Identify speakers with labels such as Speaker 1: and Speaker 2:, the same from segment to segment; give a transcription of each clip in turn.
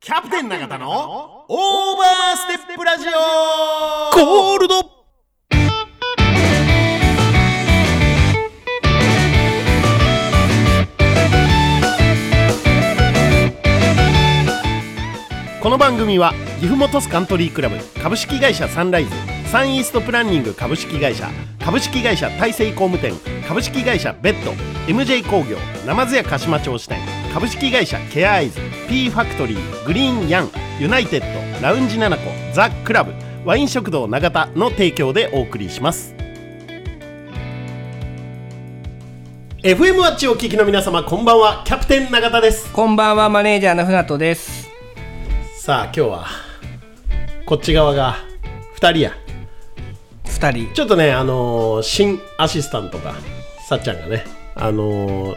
Speaker 1: キャプテン永田のオーバーステップラジオ
Speaker 2: ゴールド
Speaker 1: この番組は岐阜本スカントリークラブ株式会社サンライズサンイーストプランニング株式会社株式会社大成工務店株式会社ベッド MJ 工業ナ津屋鹿島町支店株式会社ケアアイズ P ファクトリーグリーンヤンユナイテッドラウンジナナコザ・クラブワイン食堂永田の提供でお送りします FM ワッチをお聞きの皆様こんばんはキャプテン永田です
Speaker 2: こんばんはマネージャーの船戸です
Speaker 1: さあ今日はこっち側が2人や
Speaker 2: 二人
Speaker 1: ちょっとね、あのー新アシスタントが、さっちゃんがね、あのー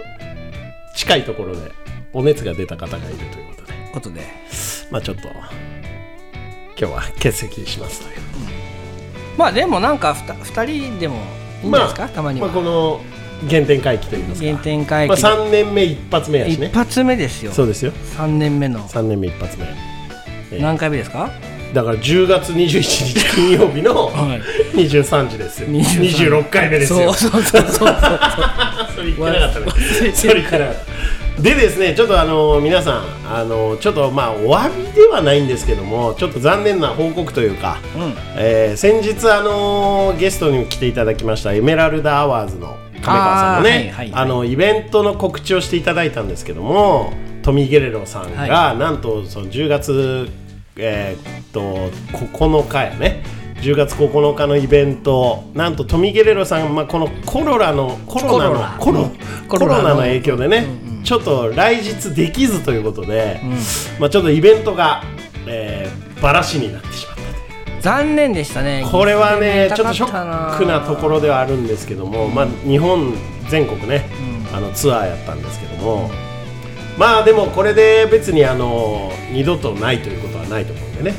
Speaker 1: 近いところでお熱が出た方がいるということで、
Speaker 2: ことで
Speaker 1: まあちょっと、今日は欠席しますという。
Speaker 2: まあでもなんかふた二人でもいいんじゃないですか、たまには、
Speaker 1: あこの原点回帰といいますか、
Speaker 2: 原点回帰
Speaker 1: まあ、3年目一発目やし
Speaker 2: 一
Speaker 1: ね。
Speaker 2: 発目ですよ
Speaker 1: そうですよ、
Speaker 2: 三年目の
Speaker 1: 3年目一発目。ええ
Speaker 2: 何回目ですか
Speaker 1: だから10月21日金曜日の
Speaker 2: はい
Speaker 1: 23時ですよ。
Speaker 2: 23
Speaker 1: 26回目ですよ。
Speaker 2: そうそうそうそう
Speaker 1: それ言ってなかったね
Speaker 2: 忘れ。
Speaker 1: そ
Speaker 2: て
Speaker 1: れ
Speaker 2: る
Speaker 1: 言ってなかったでですね、ちょっとあの皆さん、あのちょっとまあお詫びではないんですけども、ちょっと残念な報告というか、
Speaker 2: うん
Speaker 1: えー先日あのゲストにも来ていただきましたエメラルダアワーズの亀川さんの
Speaker 2: あーはい
Speaker 1: ね、
Speaker 2: はいはい
Speaker 1: あのイベントの告知をしていただいたんですけども、トミー・ゲレロさんが、
Speaker 2: は
Speaker 1: なんとその10月、えーっと9日やね。10月9日のイベント、なんとトミー・ゲレロさん、まあ、このコロナのコロナのコ
Speaker 2: コロ
Speaker 1: ロ
Speaker 2: ナ
Speaker 1: コロナ
Speaker 2: コロコロナ
Speaker 1: の
Speaker 2: の
Speaker 1: 影響でね、ちょっと来日できずということで、
Speaker 2: ん
Speaker 1: まあ、ちょっとイベントが、えー、バラシになってしまったという
Speaker 2: 残念でしたね
Speaker 1: これはね、
Speaker 2: 岐
Speaker 1: ちょっと
Speaker 2: 阜で
Speaker 1: ショ
Speaker 2: 見たか
Speaker 1: ッ
Speaker 2: っ
Speaker 1: ク
Speaker 2: た
Speaker 1: なところではあるんですけども、まあ、日本全国ね、あのツアーやったんですけども、まあでもこれで別にあの二度とないということはないと思うんでね、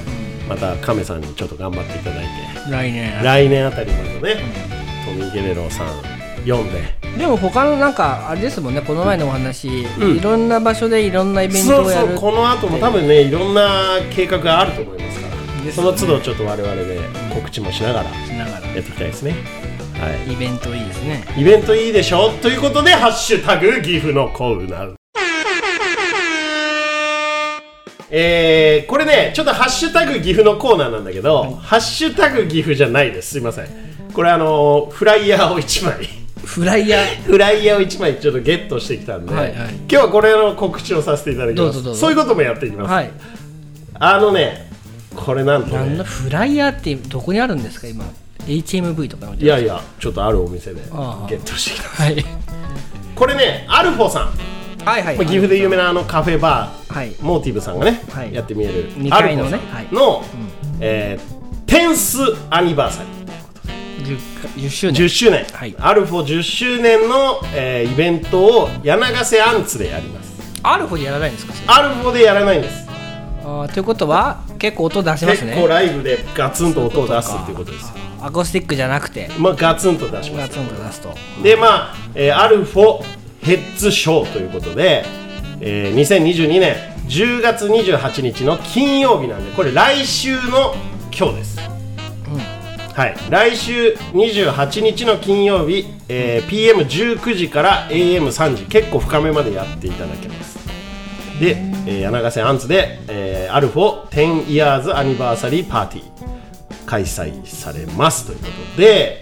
Speaker 1: また亀さんにちょっと頑張っていただいて、
Speaker 2: 来年
Speaker 1: 来年あたりまでね、トミー・ゲレロさん読んで。
Speaker 2: でも他のなんかあれですもんねこの前のお話、
Speaker 1: うん
Speaker 2: いろんな場所でいろんなイベント
Speaker 1: そう
Speaker 2: をやる
Speaker 1: そうこの後も多分ねいろんな計画があると思いますから
Speaker 2: です
Speaker 1: そ
Speaker 2: ね
Speaker 1: の都度ちょっと我々で告知もしながらや
Speaker 2: しながら
Speaker 1: っていきたいですねはい
Speaker 2: イベントいいですね
Speaker 1: イベントいいでしょということで、ハッシュタグ、岐阜のコーナー。えー、これね、ちょっとハッシュタグ岐阜のコーナーなんだけど、ハッシュタグ岐阜じゃないです。すいません。これあのーフライヤーを1枚、
Speaker 2: フライヤー
Speaker 1: フライヤーを1枚ちょっとゲットしてきたんで、
Speaker 2: はいはい
Speaker 1: 今日はこれの告知をさせていただきます。
Speaker 2: どうぞどうぞ
Speaker 1: そういうこともやっていきます。
Speaker 2: はい
Speaker 1: あのね、これなんと
Speaker 2: 何
Speaker 1: ね
Speaker 2: の、フライヤーってどこにあるんですか今 HMV とかの
Speaker 1: いやいや、ちょっとあるお店でゲ
Speaker 2: ああ
Speaker 1: ットしてきた。
Speaker 2: はい、
Speaker 1: これね、アルフォさん。
Speaker 2: はいはい
Speaker 1: まあ、岐阜で有名なあのカフェバー、
Speaker 2: はい
Speaker 1: モーティブさんがね、
Speaker 2: はい
Speaker 1: やってみえる
Speaker 2: 二階の
Speaker 1: ア
Speaker 2: ね
Speaker 1: ルコさんの、えーテンスアニバーサリー
Speaker 2: 10, 10周年
Speaker 1: 10周年、
Speaker 2: はい
Speaker 1: アルフォ10周年の、えーイベントを柳瀬アンツでやります
Speaker 2: アルフォでやらないんですかそれ
Speaker 1: アルフォでやらないんです
Speaker 2: あーということは結構音出せま
Speaker 1: 結
Speaker 2: すね
Speaker 1: 構ライブでガツンと音を出すっていうことですよ
Speaker 2: アコースティックじゃなくて
Speaker 1: まあガツンと出しま
Speaker 2: ガ
Speaker 1: す
Speaker 2: ツンと出すと
Speaker 1: でまあ、えーアルフォヘッズショーということで、えー2022年10月28日の金曜日なんでこれ来週の今日です、はい来週28日の金曜日、え PM19 時から AM3 時結構深めまでやっていただけますで、えー柳瀬アンツで、えーアルフォ10 years アニバーサリーパーティー開催されますということで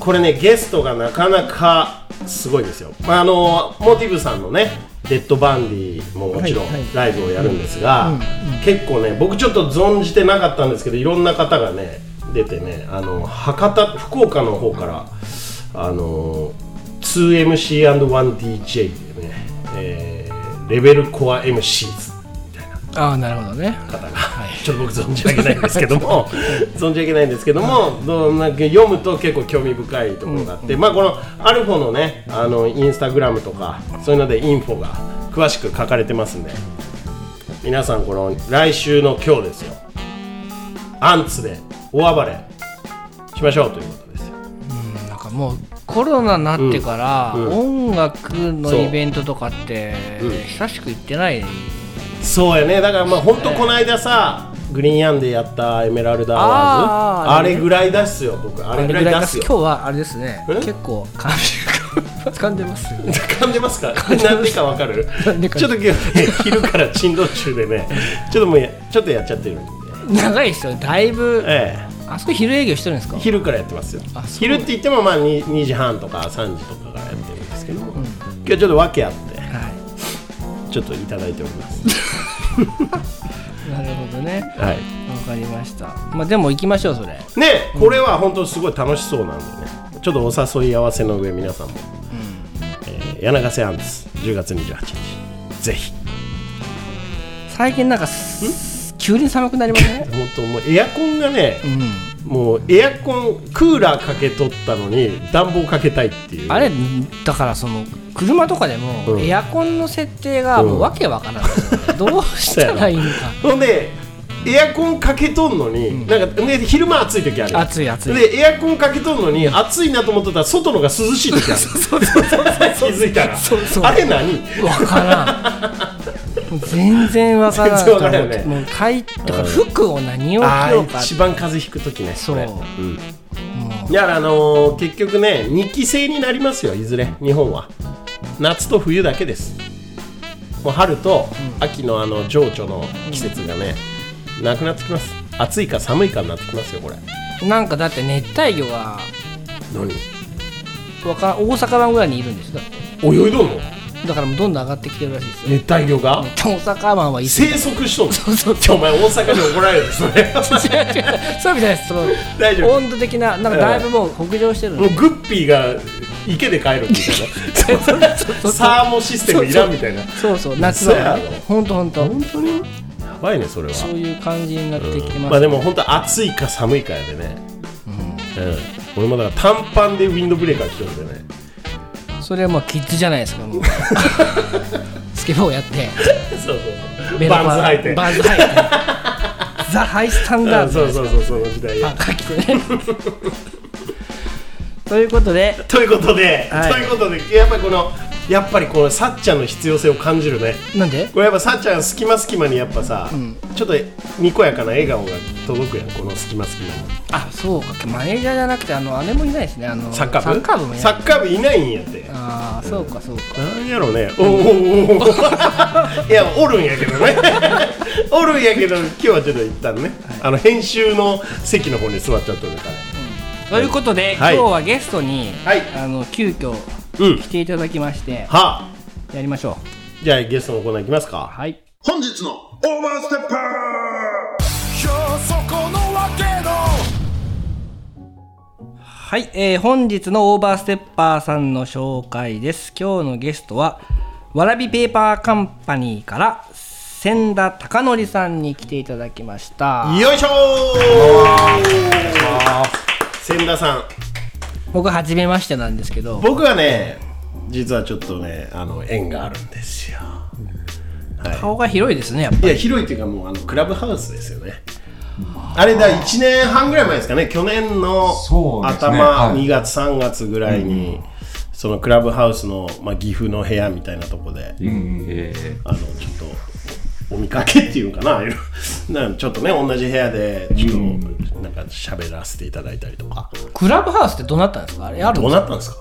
Speaker 1: これねゲストがなかなかすごいですよ、まあ、あのモーティブさんのねデッドバンディももちろん
Speaker 2: はいはい
Speaker 1: ライブをやるんですが、
Speaker 2: うんうん
Speaker 1: 結構ね僕ちょっと存じてなかったんですけどいろんな方がね出てねあの博多福岡の方からあの 2MC&1DJ でね、えーレベルコア MCs
Speaker 2: ああなるほどね
Speaker 1: ちょっと僕存じ上げないんですけども 存じ上げないんですけどもどうなんか読むと結構興味深いところがあって、まあこのアルフォのねあのインスタグラムとかそういうのでインフォが詳しく書かれてますんで皆さんこの来週の今日ですよアンツで大暴れしましょうということですよ
Speaker 2: なんかもうコロナになってから、
Speaker 1: うん
Speaker 2: 音楽のイベントとかって、
Speaker 1: うん
Speaker 2: 久しく行ってない
Speaker 1: そうやねだからまあ本当この間さ、グリーンヤンでやったエメラルドアワーズ
Speaker 2: あー
Speaker 1: あれぐらい出すよ僕あ
Speaker 2: あれ
Speaker 1: れぐ
Speaker 2: ぐ
Speaker 1: ら
Speaker 2: ら
Speaker 1: い出
Speaker 2: い出
Speaker 1: す
Speaker 2: す今
Speaker 1: よ
Speaker 2: 日はあれですね
Speaker 1: え
Speaker 2: 結構噛 み噛んでますよ
Speaker 1: 噛んでますかなんでかわかる
Speaker 2: なんでか
Speaker 1: ちょっと今日ね昼から珍道中でねちょっともうやちょっとやっちゃってるんで、
Speaker 2: 長いですよねだいぶ
Speaker 1: え
Speaker 2: あそこ昼営業してるんですか
Speaker 1: え、昼からやってますよ
Speaker 2: あそう
Speaker 1: 昼って言ってもまあ 2, 2時半とか3時とかからやってるんですけど、今日ちょっと訳あって
Speaker 2: は
Speaker 1: ちょっといただいております
Speaker 2: いなるほどね
Speaker 1: はい
Speaker 2: わかりましたまあでも行きましょうそれ
Speaker 1: ねこれは本当すごい楽しそうなんでねちょっとお誘い合わせの上皆さんも、えー柳瀬アンツ10月28日ぜひ
Speaker 2: 最近なんかす急に寒くなりません
Speaker 1: 本当もうエアコンがね
Speaker 2: う、ん
Speaker 1: もうエアコンクーラーかけとったのに暖房かけたいっていう
Speaker 2: あれだからその車とかで
Speaker 1: う
Speaker 2: も
Speaker 1: ん
Speaker 2: エアコンの設定がもうわけわからないですよね、どうしたらいいのか
Speaker 1: ほんでエアコンかけとんのに、なんかね昼間暑い時ある
Speaker 2: 暑い暑い
Speaker 1: でエアコンかけとんのに暑いなと思ってたら外のが涼しい時 ある気づいたら
Speaker 2: そうそう
Speaker 1: あれ何
Speaker 2: わからんもう全然わからん
Speaker 1: 全然わからんよね
Speaker 2: もうかいだから服を何を
Speaker 1: あ
Speaker 2: 着よう
Speaker 1: ー
Speaker 2: か
Speaker 1: 一番風邪ひく時ね
Speaker 2: そう
Speaker 1: これん
Speaker 2: も
Speaker 1: だからあのー結局ね2期生になりますよいずれ日本は夏と冬だけですもう春と秋のあの情緒の季節がね、なくなってきます暑いか寒いかになってきますよこれ
Speaker 2: うなんかだって熱帯魚が
Speaker 1: 何
Speaker 2: わか大阪湾ぐらいにいるんですだって
Speaker 1: 泳いどんの
Speaker 2: だからもうどんどん上がってきてるらしいですよ
Speaker 1: 熱帯魚が
Speaker 2: 大阪湾はいす
Speaker 1: 生
Speaker 2: ぎ
Speaker 1: 息しとんの
Speaker 2: そうそう
Speaker 1: ちょお前大阪に怒られるそ れ
Speaker 2: 違う違うそういう意味じゃないですその
Speaker 1: 大丈夫
Speaker 2: 温度的ななんかだいぶもう北上してるん
Speaker 1: も
Speaker 2: で
Speaker 1: うグッピーが池で帰るみたいな
Speaker 2: そう
Speaker 1: サーモシステムいらんみたいな
Speaker 2: そうそう夏は
Speaker 1: 嘘やろ
Speaker 2: ほんとほんと
Speaker 1: 本当にやばいねそれは
Speaker 2: そういう感じになってきてます
Speaker 1: まあでも本当暑いか寒いかやでね、うん俺もだから短パンでウィンドブレーカー着てるんでね
Speaker 2: それはもうキッズじゃないです かもうスケボーやって
Speaker 1: そうそうそう
Speaker 2: ベ ロ
Speaker 1: バンズ履いて
Speaker 2: バンズ履いてザ・ハイスタンダー
Speaker 1: うん
Speaker 2: ド
Speaker 1: そうそうそうその時代
Speaker 2: あかっこいいね ということで
Speaker 1: ということで、
Speaker 2: はい
Speaker 1: ということでやっぱりこのやっぱりこのさっちゃんの必要性を感じるね
Speaker 2: なんで
Speaker 1: これやっぱさっちゃん隙間隙間にやっぱさ、ちょっとにこやかな笑顔が届くやんこの隙間隙間に
Speaker 2: あそうかマネージャーじゃなくてあのあれもいないですねあの
Speaker 1: サッカー部
Speaker 2: もい
Speaker 1: サ
Speaker 2: ない
Speaker 1: ッカー部いないんやって
Speaker 2: ああそうかそうか
Speaker 1: なんや ろね、おうおうおうおういや、おるんやけどね、 おるんやけど、今日はちょっと一旦ね、あの編集の席の方に座っちゃってるから、
Speaker 2: ということで、
Speaker 1: はい
Speaker 2: 今日はゲストに、
Speaker 1: はい
Speaker 2: あの急遽
Speaker 1: うん、は
Speaker 2: 来ていただきまして
Speaker 1: あ、
Speaker 2: やりましょう
Speaker 1: じゃあゲストのコーナーいきますか、
Speaker 2: はい
Speaker 3: 本日のオーバーステッパー
Speaker 2: はい、えー本日のオーバーステッパーさんの紹介です今日のゲストはわらびペーパーカンパニーから千田貴則さんに来ていただきました
Speaker 1: よいしょー、千田さん、
Speaker 2: 僕初めましてなんですけど
Speaker 1: 僕はね、実はちょっとね、あの縁があるんですよ。
Speaker 2: 顔が広いですねやっぱ
Speaker 1: いや広いっていうかもうあのクラブハウスですよねあれだ1年半ぐらい前ですかね去年の
Speaker 4: そうですね
Speaker 1: 頭、
Speaker 4: はい
Speaker 1: 2月3月ぐらいに、そのクラブハウスの、まあ、岐阜の部屋みたいなとこで、
Speaker 4: ええ
Speaker 1: あのちょっとお見かけっていうのかな いろいろなんかちょっとね同じ部屋でちょっと、なんか喋らせていただいたりとか
Speaker 2: クラブハウスってどうなったんですかあれある
Speaker 1: どうなったんですか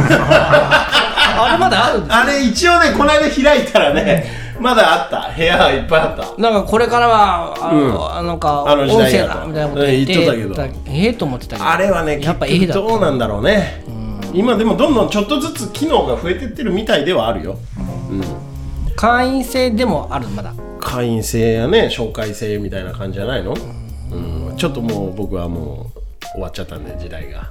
Speaker 2: あれまだある
Speaker 1: あれ一応ねこの間開いたらねまだあった部屋いっぱいあった
Speaker 2: なんかこれからはあの、あなんか
Speaker 1: あの
Speaker 2: 音
Speaker 1: 時代
Speaker 2: 声
Speaker 1: やと
Speaker 2: だみたいなこと言って,、
Speaker 1: うん言っとったけ
Speaker 2: ええと思ってたけど
Speaker 1: あれはね、
Speaker 2: やっぱえ
Speaker 1: 結
Speaker 2: え
Speaker 1: 局
Speaker 2: だ
Speaker 1: どうなんだろうね。今でもどんどんちょっとずつ機能が増えてってるみたいではあるよ。
Speaker 2: 会員制でもあるまだ
Speaker 1: 会員制やね、紹介制みたいな感じじゃないの、うん、ちょっともう僕はもう終わっちゃったんで、時代が。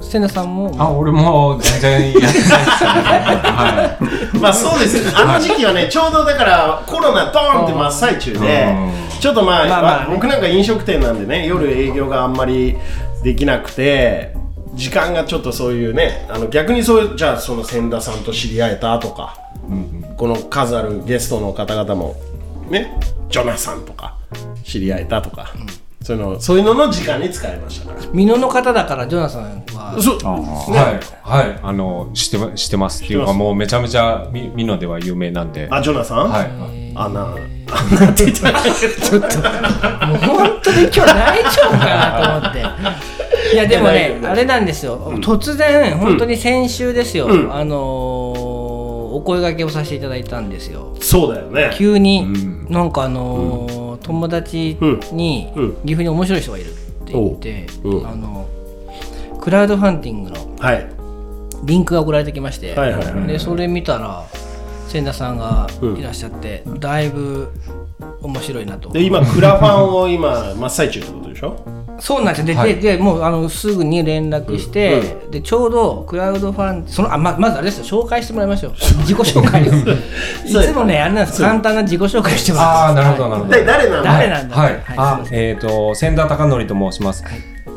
Speaker 2: 千田さんも
Speaker 4: あ、俺も全然やってないですよね。は
Speaker 1: まあそうですね、あの時期はね、ちょうどだからコロナドーンって真っ最中で、ちょっとまあ、
Speaker 2: まあまあね
Speaker 1: 僕なんか飲食店なんでね、夜営業があんまりできなくて、時間がちょっとそういうね、あの逆にそういう、じゃあその千田さんと知り合えたとか、この数あるゲストの方々も、ね、ジョナサンとか、知り合えたとか、そういうのそういうのの時間に使いましたから。
Speaker 2: 美濃の方だからジョナサンは
Speaker 1: そ
Speaker 4: い、
Speaker 1: う
Speaker 4: はい、はい、あの、してま、してますっていう
Speaker 1: 知ってま
Speaker 4: か、
Speaker 1: す
Speaker 4: もうめちゃめちゃ、み、ミノでは有名なんで。
Speaker 1: あ、ジョナサン、
Speaker 4: はい、
Speaker 1: 穴穴って言ってましたけど
Speaker 2: ちょっと、もう本当に今日大丈夫かなと 思って。いや、でも
Speaker 1: いや大丈
Speaker 2: ね
Speaker 1: 夫、
Speaker 2: あれなんですよ。突然、本当に先週ですよ。
Speaker 1: うん
Speaker 2: あのーお声掛けをさせていただいたんですよ。
Speaker 1: そうだよね
Speaker 2: 急に、
Speaker 4: う
Speaker 2: なんかあのー友達に、
Speaker 1: うんうん
Speaker 2: 岐阜に面白い人がいるって言って、
Speaker 1: おううん
Speaker 2: あのクラウドファンディングの
Speaker 1: はい
Speaker 2: リンクが送られてきまして、
Speaker 1: はいはいはい
Speaker 2: でそれ見たら千田さんが
Speaker 1: うん
Speaker 2: いらっしゃって、だいぶ面白いなと
Speaker 1: で今クラファンを今真っ最中ってことでしょ
Speaker 2: そうなんですよで,で、
Speaker 4: はい
Speaker 2: でもうあのすぐに連絡して、でちょうどクラウドファンそのあままずあれですよ紹介してもらいましょう自己紹介です
Speaker 1: そう
Speaker 2: いつもねあれなんですよ簡単な自己紹介してます
Speaker 5: ああ、なるほど、なるほど。
Speaker 1: で誰なの
Speaker 2: 誰なんだ
Speaker 5: はい、
Speaker 2: はい
Speaker 5: あ、えっ、と、千田貴則と申します。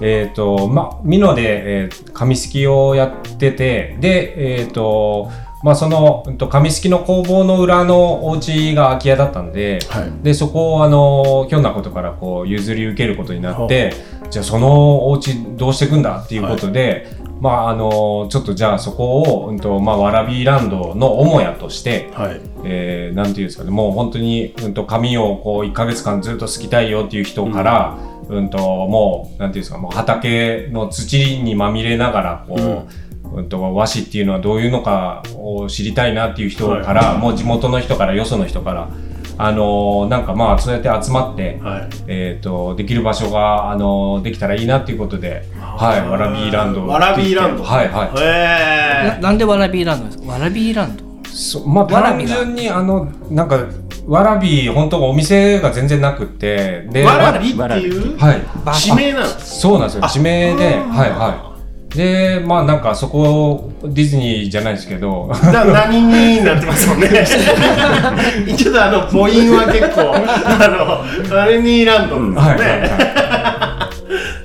Speaker 5: えっ、と、まあ、美濃で、えー、紙式をやってて、で、えっ、と。まあ、その、うんと、紙式の工房の裏のお家が空き家だったんで。
Speaker 1: はい
Speaker 5: で、そこを、あの、ひょんなことから、こう、譲り受けることになって。じゃ、あそのお家、どうしていくんだっていうことで。まあ、あの、ちょっと、じゃ、あそこを、うんと、まあ、わらびランドの母屋として。
Speaker 1: はい
Speaker 5: えー、なんていうんですかね、もう本当に、うん、と髪をこう1ヶ月間ずっと好きたいよっていう人から、うんともう、なんていうんですか、もう畑の土にまみれながら、こう、うんと和紙っていうのはどういうのかを知りたいなっていう人から、もう地元の人からよその人からあのーなんかまあそうやって集まって、
Speaker 1: はい
Speaker 5: えー、とできる場所が、あのーできたらいいなっていうことで、はい、わらびランド
Speaker 1: わらびランド
Speaker 5: はいはい
Speaker 1: へ
Speaker 2: な
Speaker 1: え
Speaker 2: なんでわらびランドですかわらびランド
Speaker 5: そうまあ
Speaker 2: わらび
Speaker 5: 単
Speaker 2: が
Speaker 5: 純にあのなんかわらび本当お店が全然なくってで
Speaker 1: わらびっていう
Speaker 5: はい
Speaker 1: 地名なんです
Speaker 5: そうなんですよ地名ではいはいでまあなんかそこディズニーじゃないですけど
Speaker 1: な何になってますもんね ちょっとあの母音は結構あのあれにランドンです
Speaker 5: はい
Speaker 1: ね、
Speaker 5: はいは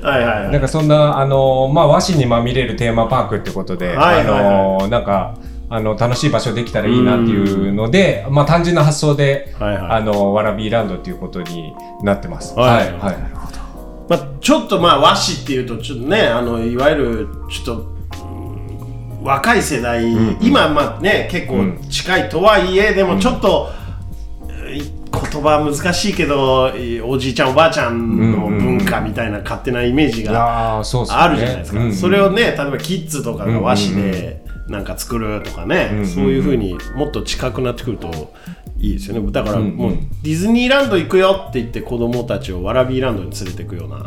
Speaker 1: はいはい
Speaker 5: い
Speaker 1: は
Speaker 5: なん
Speaker 1: い
Speaker 5: かそんなあのまあ和紙にまみれるテーマパークってことで
Speaker 1: はいは
Speaker 5: あ
Speaker 1: いはい
Speaker 5: のなんかあの楽しい場所できたらいいなっていうのでまあ単純な発想で
Speaker 1: はいはい
Speaker 5: あのわらびランドっていうことになってます
Speaker 1: は
Speaker 5: はいいはい
Speaker 1: まあ、ちょっとまあ和紙っていうとちょっとねあのいわゆるちょっとうん若い世代、今まあね結構近いとはいえ、でもちょっと、えー言葉難しいけどえーおじいちゃんおばあちゃんの文化みたいな勝手なイメージ
Speaker 5: い
Speaker 1: が
Speaker 5: やーそうっすよね
Speaker 1: あるじゃないですか、
Speaker 5: うんうん
Speaker 1: それをね例えばキッズとかが和紙でなんか作るとかね、そういうふうにもっと近くなってくるといいですよねだからもうディズニーランド行くよって言って子供たちをわらびランドに連れてくような。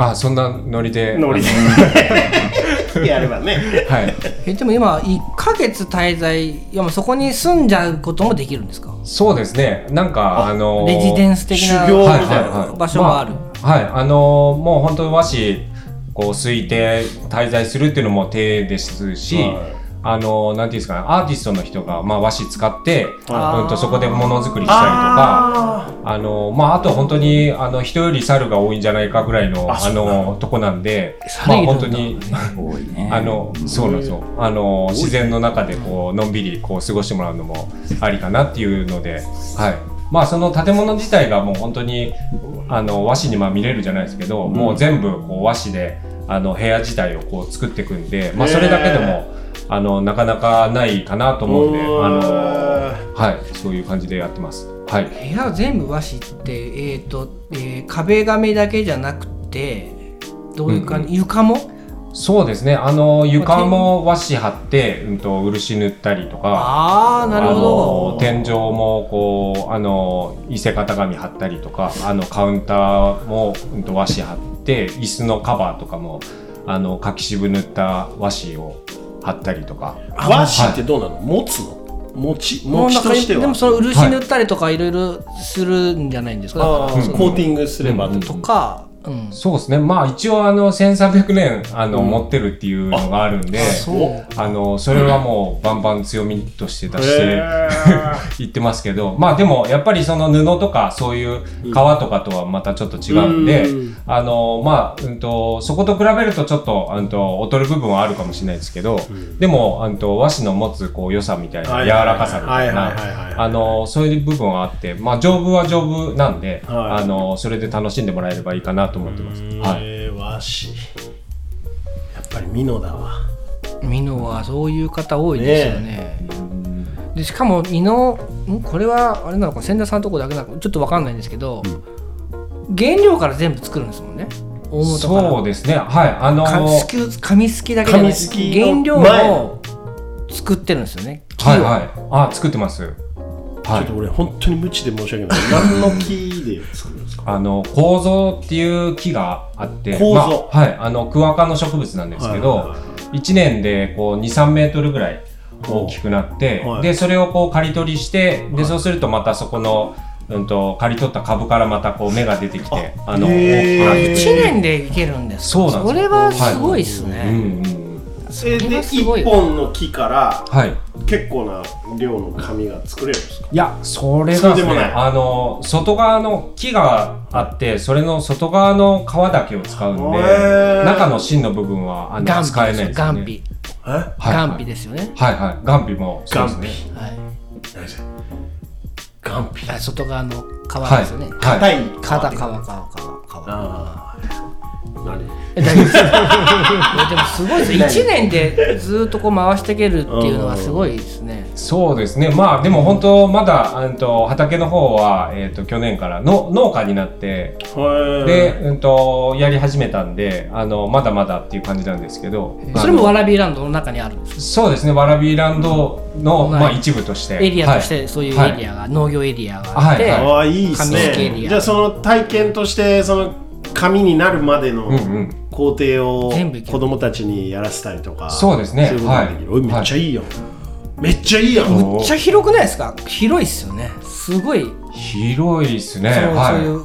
Speaker 5: あそんなノリで
Speaker 1: ノリ でやればね
Speaker 5: はい
Speaker 2: えでも今一ヶ月滞在いやもうそこに住んじゃうこともできるんですか
Speaker 5: そうですねなんかあのー
Speaker 2: レジデンス的な
Speaker 1: 修行
Speaker 5: はい
Speaker 1: みたいな
Speaker 5: はいはい
Speaker 2: 場所がある
Speaker 5: まあはいあのーもう本当和紙こう推定滞在するっていうのも手ですし、
Speaker 1: はい
Speaker 5: あのーなんていうんですかねアーティストの人が、まあ、和紙使って、
Speaker 2: あー
Speaker 5: うん、とそこでものづくりしたりとかあのーまあ、あと本当にあの人より猿が多いんじゃないかぐらいのあのーとこなんで、まあ、
Speaker 2: 猿いるんだ
Speaker 5: 本当に
Speaker 4: 多いね。
Speaker 5: あのそうなんですよ。あの自然の中でこうのんびりこう過ごしてもらうのもありかなっていうので、はい。まあその建物自体がもう本当にあの和紙にまみれるじゃないですけど、もう全部こう和紙であの部屋自体をこう作っていくんで、まあそれだけで
Speaker 1: へ
Speaker 5: もあのなかなかないかなと思うんで、あの
Speaker 1: おー
Speaker 5: はいそういう感じでやってます。はい。
Speaker 2: 部屋全部和紙ってえっ、と、えー壁紙だけじゃなくてどういう感じ、床も
Speaker 5: そうですね。あの床も和紙貼って、うんと漆塗ったりとか。
Speaker 2: ああなるほ
Speaker 5: あの
Speaker 2: ど
Speaker 5: 天井もこうあの伊勢型紙貼ったりとかあのカウンターも、うん、と和紙貼って椅子のカバーとかもあの柿渋塗った和紙を貼ったりとか
Speaker 1: 和紙ってどうなの持つの持ち持
Speaker 2: もう
Speaker 1: ちとして
Speaker 2: で
Speaker 1: は
Speaker 2: もその漆塗ったりとかいろいろするんじゃないんですか、
Speaker 1: あーコーティングすればってこと
Speaker 2: か、うん、
Speaker 5: そうですねまあ一応あの1300年あの、持ってるっていうのがあるんで
Speaker 2: そう
Speaker 5: あのそれはもうバンバン強みとして出
Speaker 1: と
Speaker 5: して。
Speaker 1: へ
Speaker 5: 言ってますけどまあでもやっぱりその布とかそういう革とかとはまたちょっと違うんで、
Speaker 1: うん
Speaker 5: あのまあ、うん、とそこと比べるとちょっとうんと劣る部分はあるかもしれないですけど、でもうんと和紙の持つこう良さみたいな
Speaker 1: はい
Speaker 5: 柔らかさみたい
Speaker 1: はいはいはいはい
Speaker 5: なあのそういう部分はあって、まあ、丈夫は丈夫なんで、
Speaker 1: はい
Speaker 5: あのそれで楽しんでもらえればいいかなと思ってます。はい
Speaker 1: えー和紙やっぱり美濃だわ
Speaker 2: 美濃はそういう方多いですよね。でしかも二のんこれはあれなのか千田さんのとこだけなのかちょっとわかんないんですけど、原料から全部作るんですもんね大元から
Speaker 5: そうですねはいあの
Speaker 2: か
Speaker 5: ー
Speaker 2: すき紙すきだけじゃない
Speaker 1: 紙すきの
Speaker 2: 原料を作ってるんですよね木を、
Speaker 5: はいはいあ作ってますは
Speaker 1: ょっと俺本当に無知で申し訳ない何の木で作るんですか
Speaker 5: あの構造っていう木があって
Speaker 1: 楮
Speaker 5: まあはいあのクワ科の植物なんですけ
Speaker 1: はいは
Speaker 5: ど
Speaker 1: いはい
Speaker 5: 1年でこう23メートルぐらい大きくなって
Speaker 1: はい
Speaker 5: でそれをこう刈り取りしてでそうするとまたそこのうんと刈り取った株からまたこう芽が出てきてあの
Speaker 1: へー
Speaker 5: はい
Speaker 2: 1年でいけるんですか
Speaker 5: そうなんですよ
Speaker 2: それはすごいですね、
Speaker 5: うんうん
Speaker 1: え
Speaker 2: それ
Speaker 1: で
Speaker 2: はすごい
Speaker 1: 1本の木から
Speaker 5: はい
Speaker 1: 結構な量の紙が作れるんですか
Speaker 5: いや、それがです
Speaker 1: そうでも
Speaker 5: ね、
Speaker 1: ない
Speaker 5: あの、外側の木があって、それの外側の皮だけを使うんで
Speaker 1: へー、
Speaker 5: 中の芯の部分は、あの、使えないです、ね。
Speaker 2: ガン。ピ
Speaker 1: え
Speaker 5: はい、
Speaker 2: ガン
Speaker 5: は
Speaker 2: ピ
Speaker 5: い。
Speaker 2: ですよね。
Speaker 5: はいはい。ガンピもそうですね。
Speaker 2: はい。
Speaker 1: ガンピ
Speaker 2: あ外側の皮
Speaker 5: はい。
Speaker 2: ですよね。
Speaker 5: はい。
Speaker 1: い
Speaker 2: 肩皮皮皮皮皮。
Speaker 1: ああ何
Speaker 2: え大丈夫です。いやでもすごい です。一年でずっとこう回していけるっていうのはすごいですね。
Speaker 5: そうですね。まあ、でも本当、まだ、うんと、畑の方は、えっ、と、去年からの農家になって、で、うんと、やり始めたんで、あの、まだまだっていう感じなんですけど、
Speaker 2: それもわらびランドの中にあるんですか。
Speaker 5: そうですね。わらびランドの、
Speaker 2: うん
Speaker 5: まあ、一部として。
Speaker 2: エリアとし
Speaker 5: はい
Speaker 2: てそういう
Speaker 5: はい
Speaker 2: エリアが、農業エリアがあって、
Speaker 5: はい
Speaker 1: ああいいです
Speaker 2: 紙付けに
Speaker 1: ね
Speaker 2: やる
Speaker 1: じゃあその体験としてその紙になるまでの
Speaker 5: うんうん。
Speaker 1: 工程を
Speaker 2: 全部いける
Speaker 1: 子供たちにやらせたりとか
Speaker 5: そうですね
Speaker 1: そういうことができる
Speaker 5: はい
Speaker 1: おいめっちゃいいやんめっちゃいいやん
Speaker 5: うん
Speaker 2: めっちゃ広くないですか。広いっすよね。すごい。
Speaker 5: 広いですね。
Speaker 2: その
Speaker 5: はい。
Speaker 2: そういう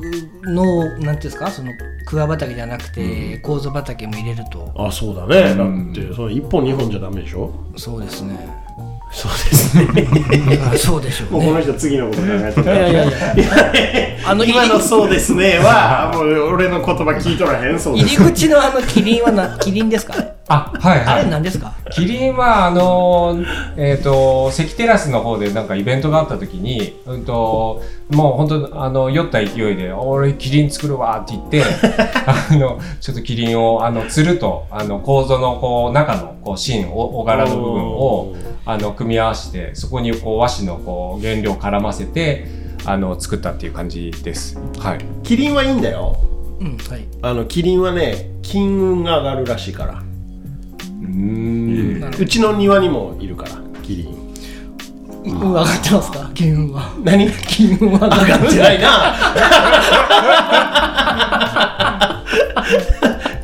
Speaker 2: 農なんていうんですかその桑畑じゃなくて構造畑も入れると。
Speaker 1: あそうだねだ
Speaker 5: ん
Speaker 1: ってその1本2本じゃダメでしょ
Speaker 2: そうですね。
Speaker 1: そうですね
Speaker 2: だからそうでしょう
Speaker 1: もうこ
Speaker 2: ね。
Speaker 1: の人次のこと考えて
Speaker 2: いやいやい
Speaker 1: る
Speaker 2: や。あの
Speaker 1: 今
Speaker 2: 入り
Speaker 1: の「そうですね」はもう俺の言葉聞いとらへんそうで
Speaker 2: 入り
Speaker 1: す
Speaker 2: 口のあのキリンはなキリンですか？
Speaker 5: あ、はい
Speaker 2: あれ
Speaker 5: は
Speaker 2: 何ですか？
Speaker 5: い。キリンは、あのー、えっ、と、関テラスの方でなんかイベントがあった時に、うんと、もう本当あの、酔った勢いで、俺、キリン作るわって 言って、あの、ちょっとキリンを、あの、つると、あの、構造の、こう、中の、こう、芯、お、お柄の部分
Speaker 1: お
Speaker 5: を
Speaker 1: ー、
Speaker 5: あの、組み合わせて、そこに、こう、和紙の、こう、原料を絡ませて、あの、作ったっていう感じです。はい。
Speaker 1: キリンはいいんだよ
Speaker 2: うんはい。
Speaker 1: あのキリンはね金運が上がるらしいから
Speaker 5: うん。
Speaker 1: うちの庭にもいるからキリン
Speaker 2: うん上がってますか？ 金運は。
Speaker 1: 何
Speaker 2: 金運は上
Speaker 1: 上がってないな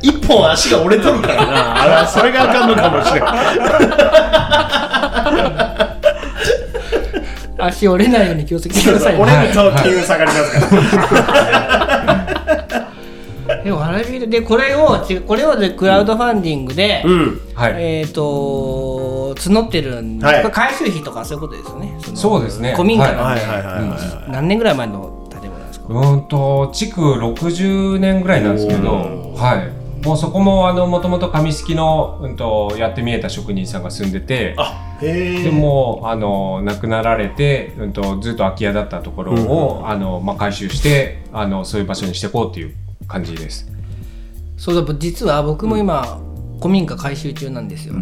Speaker 1: 一本足が折れとるからなあらそれがあかんのかもしれ ない
Speaker 2: 足折れないように気をつけてくださいね。
Speaker 1: 折れると金運下がりますから、
Speaker 2: でも笑いででこれをちこれをでクラウドファンディングで、
Speaker 1: うん
Speaker 5: はい。
Speaker 2: えっ、と募ってるんで、
Speaker 1: はい
Speaker 2: これ回収費とかそういうことですよね。その
Speaker 5: そうですね
Speaker 2: 古民家な
Speaker 1: は
Speaker 2: ん
Speaker 1: い
Speaker 2: で、
Speaker 1: はいはいは
Speaker 2: 何年ぐらい前の建物なんですか？
Speaker 5: うーんと築60年ぐらいなんですけど、はい、もうそこもあのもともと紙すきの、うん、とやってみえた職人さんが住んでて
Speaker 1: い、へえ
Speaker 5: でもうあの亡くなられて、うん、とずっと空き家だったところを、あのまあ、回収してあのそういう場所にしていこうっていう感じです。
Speaker 2: そうだ実は僕も今、古民家改修中なんですよ、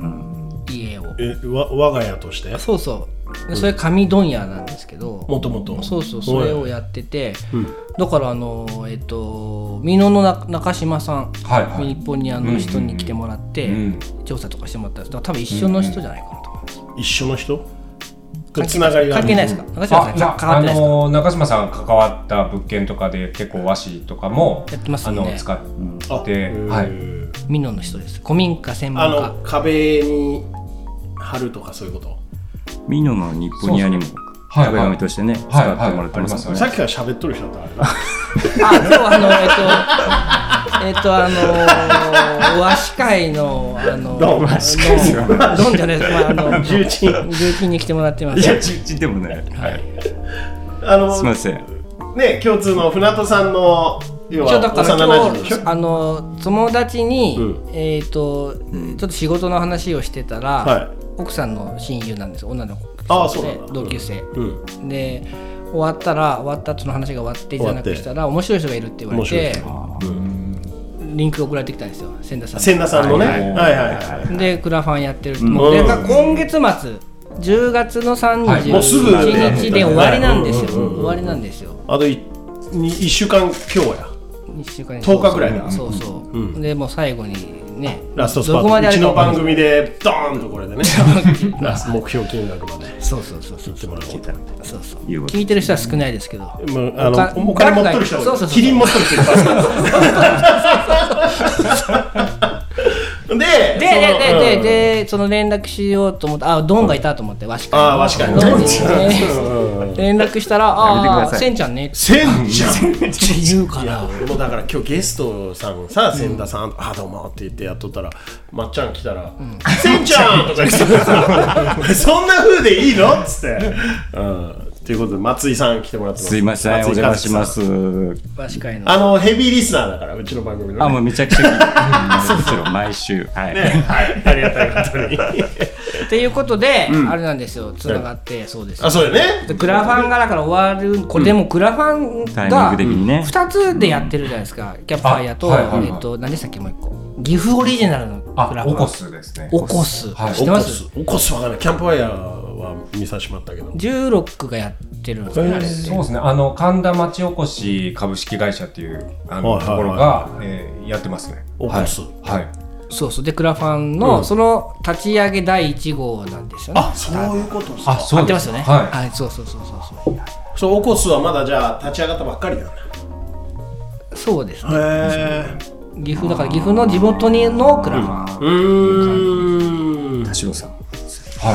Speaker 2: 家を
Speaker 1: えわ我が家として
Speaker 2: そうそうでそれ紙問屋なんですけど、
Speaker 1: もともと
Speaker 2: そうそうそれをやってて、
Speaker 1: ん
Speaker 2: だからあのえっと美濃のな中島さん、
Speaker 5: はいは
Speaker 2: 日
Speaker 5: い
Speaker 2: 本にあの人に来てもらって、
Speaker 5: うん
Speaker 2: 調査とかしてもらったんですだから多分一緒の人じゃないかなと思います、
Speaker 1: 一緒の人つながりがあ
Speaker 2: 関
Speaker 1: る
Speaker 2: 係ないですか中島さ
Speaker 5: あ
Speaker 2: ん
Speaker 5: いや
Speaker 2: か関わ
Speaker 5: あ
Speaker 2: ってないですか
Speaker 5: の中島さん関わった物件とかで結構和紙とかも
Speaker 2: やってます
Speaker 5: あ
Speaker 2: よね
Speaker 5: の使
Speaker 1: あ
Speaker 5: って、はい、
Speaker 1: へー
Speaker 2: 美濃の人です古民家専門
Speaker 1: あ
Speaker 2: 家
Speaker 1: の壁に貼るとかそういうこと
Speaker 6: ミノの日本屋にも
Speaker 5: はい
Speaker 6: 壁紙としてね、
Speaker 5: はい
Speaker 6: 使ってもらってますよ
Speaker 5: はい
Speaker 6: ね。
Speaker 1: さっきから喋っとる人だったら
Speaker 2: あ、今日あの、えっと、えっ と、あの、和紙会の、あ の、
Speaker 1: どうも
Speaker 2: 和紙会ドンじゃないですまあ、あの、
Speaker 1: 重鎮
Speaker 2: 重鎮に来てもらってま
Speaker 6: い
Speaker 2: す。
Speaker 6: や、ちちでもね、はい、
Speaker 1: なあ の
Speaker 6: すみません。
Speaker 1: ね共通の船戸さんの要
Speaker 2: 一
Speaker 1: は
Speaker 2: 応だから
Speaker 1: 幼馴
Speaker 2: 今
Speaker 1: 染でしょ
Speaker 2: 日あの友達に、
Speaker 1: うん
Speaker 2: えっ、と、ちょっと仕事の話をしてたら、
Speaker 1: はい
Speaker 2: 奥さんの親友なんです女の子
Speaker 1: ああそうなんだ
Speaker 2: 同級生、
Speaker 1: うん
Speaker 2: で終わったら終わったその話が終わってじゃな
Speaker 1: 終わ
Speaker 2: く
Speaker 1: って
Speaker 2: したら面白い人がいるって言わ
Speaker 1: 面
Speaker 2: れ
Speaker 1: 白いで
Speaker 2: て
Speaker 1: すね
Speaker 2: リンク送られてきたんですよ千田さんの
Speaker 1: 千田さんのねは
Speaker 5: はいい
Speaker 1: はいはい
Speaker 2: でクラファンやってる、もう
Speaker 1: うん
Speaker 2: で今月末10月の
Speaker 5: は
Speaker 2: 31
Speaker 5: いもう
Speaker 1: すぐ
Speaker 2: 日で終わりなんですよ
Speaker 1: うんうんうんうん
Speaker 2: 終わりなんですよ
Speaker 1: あといに1週間今日や
Speaker 2: 1週間に
Speaker 1: 10日ぐらいだ
Speaker 2: そうそ
Speaker 1: う
Speaker 2: う、
Speaker 1: ん
Speaker 2: でもう最後にね
Speaker 1: ラストス
Speaker 2: ど
Speaker 1: パ
Speaker 2: こま
Speaker 1: ー
Speaker 2: で
Speaker 1: トうち
Speaker 2: あるか
Speaker 1: の
Speaker 2: わか
Speaker 1: 番
Speaker 2: んない
Speaker 1: 組でドーンとこれで ねラスト目標金額まで
Speaker 2: そうそうそうそ
Speaker 1: 言
Speaker 2: う
Speaker 1: ってもらおうと
Speaker 2: そうそう
Speaker 6: いうこと
Speaker 2: 聞いてる人は少ないですけど
Speaker 1: もうあ
Speaker 2: お
Speaker 1: の
Speaker 2: 金
Speaker 1: お金持っとる人
Speaker 2: そうそうそう
Speaker 1: キリン持っとる人いっぱいいる でその
Speaker 2: でででで
Speaker 1: うん
Speaker 2: でその連絡しようと思ってあドンがいたと思ってわしか
Speaker 1: ああ確かに
Speaker 2: ドン
Speaker 1: ね
Speaker 2: にね連絡したら
Speaker 6: やめてく
Speaker 2: あ
Speaker 6: だ
Speaker 2: あ
Speaker 6: さい
Speaker 2: せんちゃんねって
Speaker 1: せんちゃん
Speaker 2: 言うか
Speaker 1: いや
Speaker 2: ら
Speaker 1: もうだから今日ゲストさんさ千田さん、あどうもって言ってやっとったらまっちゃん来たら「千、ちゃん!」とか言ってさ そんな風でいいのっつって。うんということで松井さん来てもらってます
Speaker 6: すいません、お
Speaker 1: 松
Speaker 6: 邪魔しま
Speaker 1: 勝
Speaker 6: す
Speaker 1: さん。
Speaker 2: わしかいの
Speaker 1: あのヘビーリスナーだからうちの番組の、
Speaker 6: あ、
Speaker 1: ね、
Speaker 6: もうめちゃくち ゃ聞いてる。もちろん、毎週。はい。
Speaker 1: はいありがたいことに
Speaker 2: っていうことであれなんですよつながってそうです
Speaker 1: あそうよね
Speaker 2: でクラファンがだから終わるこれでもクラファン
Speaker 6: タイミン
Speaker 2: が
Speaker 6: グ的にね。
Speaker 2: 2つでやってるじゃないですかキャップファイヤーと
Speaker 5: あはいはいはい
Speaker 2: えっと何でしたっけもう一個岐阜オリジナルのクラフ
Speaker 5: あ、
Speaker 2: ァン
Speaker 5: オコスですね。
Speaker 2: オコス
Speaker 5: はい
Speaker 2: 知ってます
Speaker 1: 起こすわかんないキャンプファイヤーは見さしまったけど
Speaker 2: 16がやってるんですよねあれ
Speaker 5: そうですね。あの神田町おこし株式会社っていうあの
Speaker 1: はい
Speaker 5: と
Speaker 1: はいはい
Speaker 5: ころがえーやってますね。
Speaker 1: オコス
Speaker 5: はい。はい
Speaker 2: そうそうでクラファンの、その立ち上げ第1号なんですよね。
Speaker 1: あそういうことです
Speaker 5: あ、そ
Speaker 2: 合
Speaker 5: う
Speaker 2: って
Speaker 5: で
Speaker 2: ます
Speaker 5: す
Speaker 2: よね。
Speaker 5: はい。
Speaker 2: い、そうそうそうそうそ
Speaker 1: そうオコスはまだじゃあ立ち上がったばっかりだよね
Speaker 2: う。そうですね。
Speaker 1: へえ
Speaker 2: 岐阜だから岐阜の地元にのクラファン。
Speaker 1: うーん
Speaker 6: 田代さん。
Speaker 5: は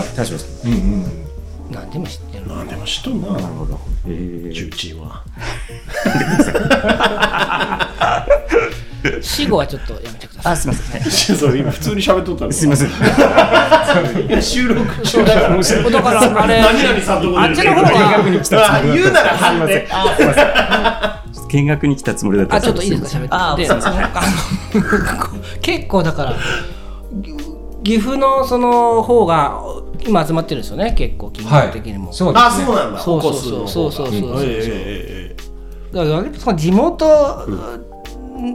Speaker 5: い。
Speaker 6: 田代さん。
Speaker 5: うんうんうん。
Speaker 2: 何でも知ってるの。
Speaker 1: なんでも知っとんな
Speaker 6: なるほど。えー
Speaker 1: 重鎮は
Speaker 2: 死後はちょっとやめてください。
Speaker 6: あ、すみません。
Speaker 1: それ今普通に喋っとったの
Speaker 6: すみません。
Speaker 1: 収録中だから
Speaker 2: そうだからあれ、
Speaker 1: 何々さんとこ
Speaker 2: あっちの方は、
Speaker 1: あ言うなら半ね
Speaker 6: 見学に来たつもりだった。
Speaker 2: あ、ちょっといいですか、喋って。
Speaker 6: あ
Speaker 2: で、
Speaker 6: すいま
Speaker 2: そのあの 結構だから、岐阜のその方が今集まってるんですよね、結構、金
Speaker 5: は
Speaker 2: 額
Speaker 5: い。
Speaker 2: 的にも。
Speaker 5: そうです
Speaker 1: あ
Speaker 5: ね。
Speaker 1: そうなんだ
Speaker 2: そうそう
Speaker 1: 起
Speaker 2: そう
Speaker 1: こす
Speaker 2: そうそうそうそう
Speaker 1: えええええ
Speaker 2: だからその地元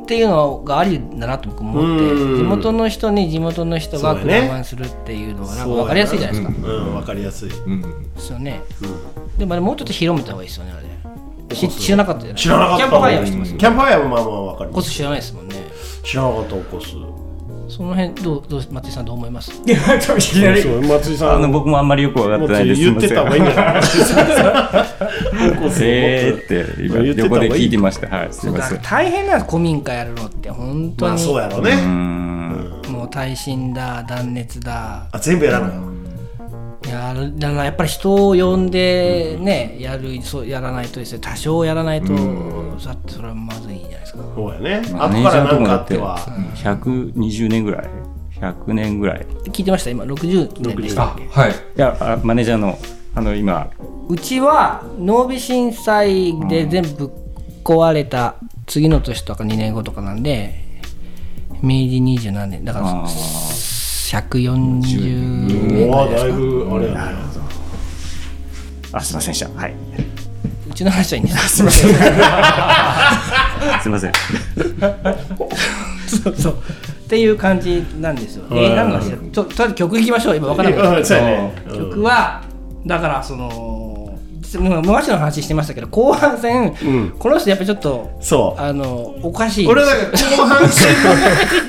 Speaker 2: っていうのがありだなと僕思って
Speaker 1: うん
Speaker 2: 地元の人に地元の人が
Speaker 1: そう
Speaker 2: ク
Speaker 1: だよ
Speaker 2: ラ
Speaker 1: ね
Speaker 2: ファンするっていうのは
Speaker 1: え
Speaker 2: なんか分かりやすいじゃないですか。
Speaker 1: うんうんわかりやすい
Speaker 5: うんうん。
Speaker 2: ですよね。でもあれもうちょっと広めた方がいいですよねあれ。し知らなかったよね。
Speaker 1: 知らなかった
Speaker 2: キャンプファイヤーは知ってます。
Speaker 1: キャンプファイヤーもまあまあわかり
Speaker 2: コ
Speaker 1: ま
Speaker 2: ス
Speaker 1: す
Speaker 2: 知らないですもんね。
Speaker 1: 知らなかった起こす
Speaker 2: その辺どうどう松井さんどう思います？
Speaker 6: いきなり。
Speaker 1: そう松井さ
Speaker 6: あ
Speaker 1: ん
Speaker 6: の、僕もあんまりよく分か
Speaker 1: も
Speaker 6: っ
Speaker 1: って
Speaker 6: ないで
Speaker 1: と
Speaker 6: す。すい
Speaker 1: 言っ
Speaker 6: ま
Speaker 1: て
Speaker 6: せ
Speaker 1: た方がいいんじゃ
Speaker 6: ん。
Speaker 1: ない
Speaker 6: えーって、今、
Speaker 1: 言ってた方
Speaker 6: 横
Speaker 1: がいい
Speaker 6: で聞いてました。はい、すみません。
Speaker 2: 大変なんです古民家やるのって本当
Speaker 1: まあそう
Speaker 2: に
Speaker 1: やろ
Speaker 6: うー
Speaker 1: ね
Speaker 6: ん。
Speaker 2: もう耐震だ断熱だ
Speaker 1: あ全部やらない
Speaker 2: やるだからやっぱり人を呼んでね、やるそうやらないとですね多少やらないと、さそれはまずいんじゃないですか
Speaker 1: そうやね
Speaker 6: マ
Speaker 1: 後
Speaker 6: ネー
Speaker 1: か
Speaker 6: ジャ
Speaker 1: ら
Speaker 6: ーと
Speaker 1: なん
Speaker 6: も
Speaker 1: か
Speaker 6: だ
Speaker 1: あっ
Speaker 6: って
Speaker 1: ては
Speaker 6: 120年ぐらい ?100 年ぐらい
Speaker 2: 聞いてました今60年でした
Speaker 5: あ、はい。
Speaker 6: いやあマネージャーのあの今
Speaker 2: うちは濃尾震災で全部ぶっ壊れた次の年とか2年後とかなんで明治27年だから
Speaker 6: あー
Speaker 1: もだいぶ
Speaker 2: 140年ぐらいうですか
Speaker 1: あれやね
Speaker 6: あすいませんでしたはいう
Speaker 2: ちの話はいいんです
Speaker 6: すいませんすいません
Speaker 2: そうそう。っていう感じなんですよ。え
Speaker 1: はい
Speaker 2: ー、なんかしらちょとりあえず曲いきましょう。今わからなか
Speaker 1: う
Speaker 2: っ
Speaker 1: ん そうやね
Speaker 2: た。曲はだからその。もう昔の話してましたけど後半戦、
Speaker 1: うん
Speaker 2: この人やっぱちょっと
Speaker 1: そう
Speaker 2: あのおかしいんで
Speaker 1: 俺
Speaker 2: すよ
Speaker 1: なんか後半戦の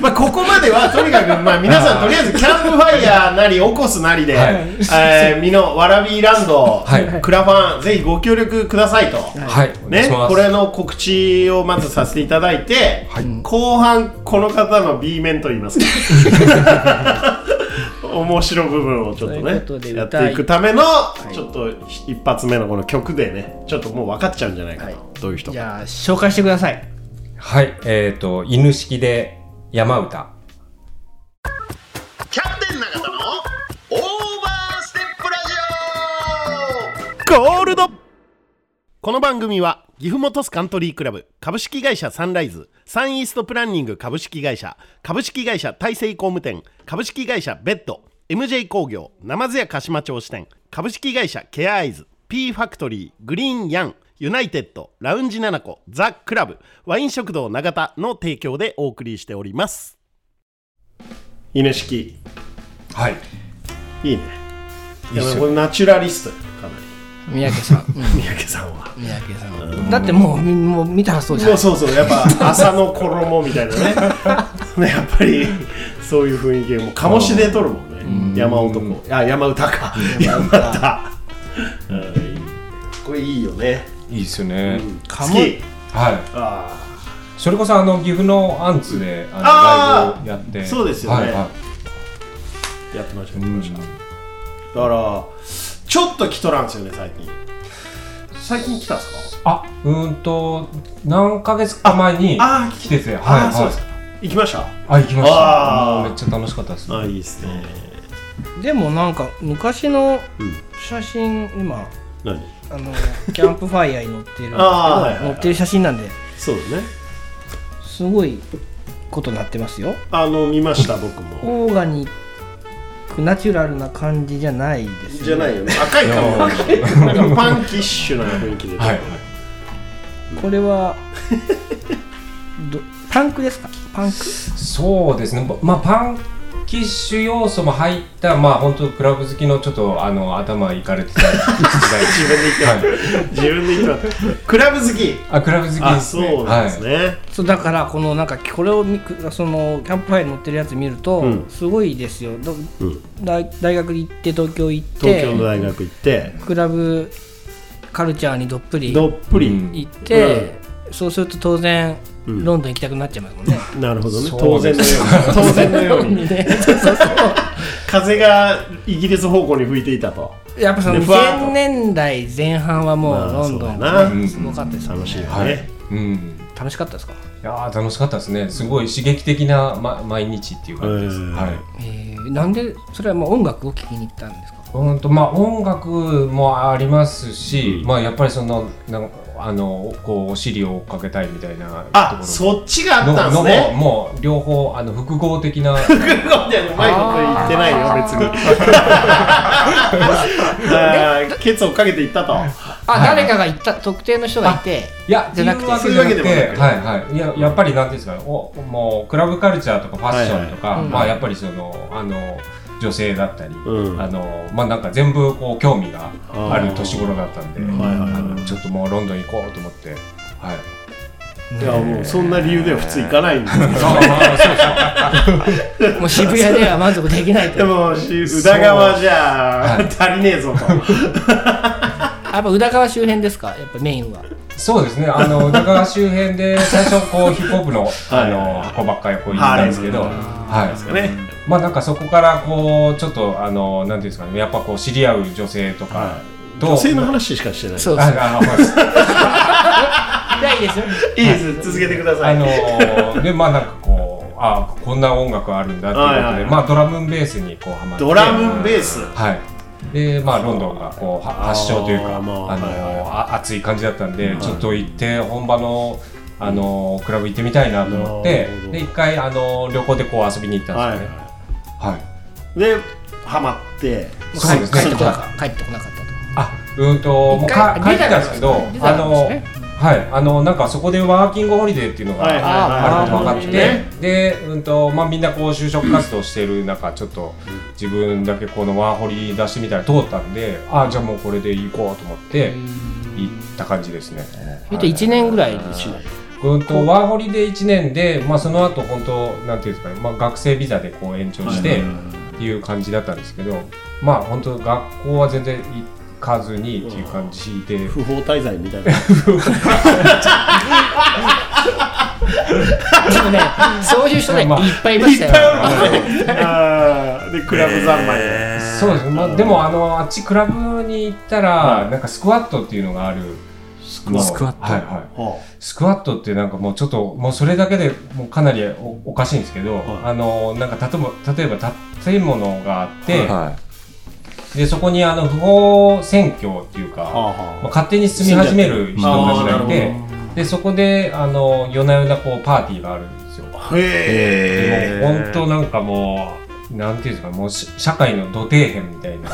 Speaker 1: まあここまではとにかくまあ皆さんとりあえずキャンプファイヤーなりオコスなりで、
Speaker 5: はい
Speaker 1: えー、美濃わらびランド、
Speaker 5: はい
Speaker 1: クラファンぜひご協力くださいと、
Speaker 5: はい。お願い
Speaker 1: ね
Speaker 5: します
Speaker 1: これの告知をまずさせていただいて、後半この方の B 面といいますか 面白部分をちょっと
Speaker 2: という
Speaker 1: ね
Speaker 2: ことで
Speaker 1: やっていくための、ちょっと一発目のこの曲でねちょっともう分かっちゃうんじゃないかな、どういう人
Speaker 2: じ
Speaker 1: か
Speaker 2: ゃあ紹介してください
Speaker 5: はい。えっと、犬式で山歌。
Speaker 3: キャプテン永田のオーバーステップラジオ
Speaker 1: ゴールドこの番組は岐阜本スカントリークラブ株式会社サンライズサンイーストプランニング株式会社株式会社大成工務店株式会社ベッド MJ 工業ナ津屋鹿島町支店株式会社ケアアイズ P ファクトリーグリーンヤンユナイテッドラウンジ7個ザ・クラブワイン食堂永田の提供でお送りしております犬式
Speaker 5: はい。
Speaker 1: いいねいやこれナチュラリストやかな
Speaker 2: 三宅 さん、うん
Speaker 1: り三宅さんは
Speaker 2: 三宅さんだってもうみもう見たらそうじゃ
Speaker 1: も
Speaker 2: な
Speaker 1: う
Speaker 2: い
Speaker 1: そうそうやっぱ朝の衣みたいなねね やっぱりそういう雰囲気も醸し出とるもんね山男あ山歌か山歌うんこれいいよね
Speaker 5: いいですよね。
Speaker 1: 好
Speaker 2: かも
Speaker 1: き
Speaker 5: はい。
Speaker 1: あ
Speaker 5: それこそあの岐阜のアンツであ
Speaker 1: あー
Speaker 5: のライブをやって。
Speaker 1: そうですよね
Speaker 5: はいは
Speaker 1: ーやってました
Speaker 5: い。
Speaker 1: ね
Speaker 5: うん
Speaker 1: だからちょっと来とらんすよね最近最近来たんすか
Speaker 5: あ、うーんと何ヶ月か前に
Speaker 1: ああ来
Speaker 5: 来てて、はい
Speaker 1: ああそう
Speaker 5: は
Speaker 1: です
Speaker 5: い
Speaker 1: か。行きました
Speaker 5: あ、行きまし
Speaker 1: あー
Speaker 5: た。もうめっちゃ楽しかったです。
Speaker 1: あいいですね
Speaker 2: でもなんか昔の
Speaker 1: ん
Speaker 2: 写真今
Speaker 1: 何
Speaker 2: あのキャンプファイヤーに載ってるんですけど
Speaker 1: あーはいはいはい
Speaker 2: 載ってる写真なんで
Speaker 1: そうだね
Speaker 2: すごいことになってますよ
Speaker 1: あの見ました僕も
Speaker 2: オーガニックナチュラルな感じじゃないですね
Speaker 1: じゃないよね赤いかもなんかパンキッシュな雰囲気で
Speaker 5: はい。
Speaker 2: こ れはどパンクですかパンク
Speaker 5: そうですね、ままあ、パンキッシュ要素も入った、まあ、本当クラブ好きのちょっとあの頭いかれてた時 代
Speaker 1: 自分で言って
Speaker 5: はい、
Speaker 1: 自分で言ってますクラブ好き
Speaker 5: あクラブ好きです、ね、
Speaker 1: あそうなんですね、
Speaker 2: そうだからこのなんかこれを見くそのキャンプファイヤーに載ってるやつ見ると、
Speaker 1: うん
Speaker 2: すごいですよど
Speaker 1: うん
Speaker 2: 大大学行って東京行って
Speaker 1: 東京の大学行って
Speaker 2: クラブカルチャーにどっぷり
Speaker 1: どっぷり、
Speaker 5: うん
Speaker 2: 行って、そうすると当然、
Speaker 1: ん
Speaker 2: ロンドン行きたくなっちゃいますもんね。
Speaker 1: なるほどね当
Speaker 5: そう
Speaker 1: 然
Speaker 5: で
Speaker 1: の
Speaker 5: す
Speaker 1: ように 当然のように
Speaker 2: そうそうそ
Speaker 1: 風がイギリス方向に吹いていたと
Speaker 2: う やっぱその
Speaker 1: でふわっと
Speaker 2: 2000年代前半はも
Speaker 1: ま
Speaker 2: う
Speaker 1: あ
Speaker 2: ロンドン、
Speaker 1: そうだな
Speaker 2: ねすごかったですよね
Speaker 1: 楽しいよね、
Speaker 5: はいうん、
Speaker 2: 楽しかったですか、
Speaker 5: いやー楽しかったですねすごい刺激的な、ま、毎日っていう感じです、
Speaker 1: うん
Speaker 5: はい
Speaker 2: えーなんでそれはもう音楽を聴きに行ったんですか
Speaker 5: うんとまあ音楽もありますし、まあやっぱりそのなんあのこうお尻を追っかけたいみたいなところ
Speaker 1: あそっちがあったんです
Speaker 5: のの
Speaker 1: ね
Speaker 5: もうもう両方あの複合的 な
Speaker 1: うまいこと言ってないよ別に あーケツをかけていったと
Speaker 2: あ、誰かが行った特定の人がいて
Speaker 5: いや、
Speaker 2: じゃなくて
Speaker 5: そういうわけでもな
Speaker 1: そういうわけで
Speaker 5: くて、
Speaker 1: もな
Speaker 5: はいはい。いや、やっぱりなんていうんですか、おもう、クラブカルチャーとかファッションとか、
Speaker 2: はいはいうん
Speaker 5: まあ、やっぱりその、あの、女性だったり、
Speaker 1: うん
Speaker 5: あの、まあなんか全部、こう、興味があ
Speaker 1: あー
Speaker 5: る年頃だったんで、
Speaker 1: はいはいはい
Speaker 5: あのちょっともうロンドン行こうと思って、はい。
Speaker 1: いやもうそんな理由では普通行かないんですよ
Speaker 5: あーそうそう
Speaker 2: もう渋谷では満足できないと
Speaker 1: でもし宇田川じゃ
Speaker 5: はい
Speaker 1: 足りねえぞと
Speaker 2: やっぱ宇田川周辺ですかやっぱメインは
Speaker 5: そうですね、あの、宇田川周辺で、最初、こう、ヒップホップの、あの、箱ばっかりこう行ったんですけど、
Speaker 1: ハーレ
Speaker 5: はい。
Speaker 1: ね
Speaker 5: まあなんかそこからこうちょっとあのなんていうんですかねやっぱこう知り合う女性とかと、
Speaker 1: 女性の話しかしてない
Speaker 2: そうそう
Speaker 5: ああのそうで
Speaker 2: い
Speaker 5: す
Speaker 2: やいいですよ
Speaker 1: いいです続けてく ださ
Speaker 5: あ
Speaker 1: い
Speaker 5: のーでまあなんかこうあこんな音楽あるんだっていうこ
Speaker 1: は
Speaker 5: とで、
Speaker 1: いはいはい
Speaker 5: まあドラムンベースにこうハマって
Speaker 1: ドラムベース
Speaker 5: はいでまあロンドンがこうは発祥というか
Speaker 1: あー
Speaker 5: あ、
Speaker 1: ま
Speaker 5: の
Speaker 1: あはいはい
Speaker 5: あ熱い感じだったんで、ちょっと行って本場のあのークラブ行ってみたいなと思っ
Speaker 1: な
Speaker 5: て
Speaker 1: るほど
Speaker 5: で一回あのー旅行でこう遊びに行った
Speaker 1: は
Speaker 5: んですよねはい、
Speaker 1: いでハマって
Speaker 5: そうですね
Speaker 2: 帰ってこな
Speaker 5: はい
Speaker 2: か帰ってこなかった
Speaker 5: あうーんともうか
Speaker 2: 一
Speaker 5: 帰
Speaker 2: 回
Speaker 5: ってたんですけど
Speaker 2: 出た
Speaker 5: あ
Speaker 2: んです
Speaker 5: の
Speaker 2: ね
Speaker 5: はいあのなんかそこでワーキングホリデーっていうのが、
Speaker 1: はいはい
Speaker 5: あ
Speaker 1: は
Speaker 5: る
Speaker 1: い
Speaker 5: ことが分かって、
Speaker 1: ね
Speaker 5: で、うんとまあ、みんなこう就職活動してる中ちょっと自分だけこのワーホリ出してみたら通ったんであじゃあもうこれで行こうと思って行った感じですね。
Speaker 2: 見て1年ぐらいでしょ
Speaker 5: うんとワーホリで1年で、まあ、その後本当なんていうんですかね、まあ、学生ビザでこう延長してっていう感じだったんですけど、まあ本当学校は全然行かずにっていう感じで、
Speaker 1: 不法滞在みたいな
Speaker 2: でもねそういう人ねいっ
Speaker 5: まあ
Speaker 2: ぱいいましたよ
Speaker 1: あーでクラブ三昧で
Speaker 5: そうですね、まあ、でもあのあっちクラブに行ったら、なんかスクワットっていうのがあるスク
Speaker 6: ワットスクワット
Speaker 5: はいはい
Speaker 1: ほ
Speaker 5: スクワットってなんかもうちょっともうそれだけでもうかなりおおかしいんですけど、
Speaker 1: はい
Speaker 5: あのなんか例えば例えば建物があって、
Speaker 6: は
Speaker 5: でそこにあの不法占拠っていうか、
Speaker 1: うはあ
Speaker 5: まあ、
Speaker 1: は
Speaker 5: 勝手に住み始める人たちがい
Speaker 1: 住
Speaker 5: てでそこであの夜な夜なこうパーティーがあるんですよ。
Speaker 1: あへえ
Speaker 5: でもう本当なんかもうなんていうんですかもうし社会の土底辺みたいな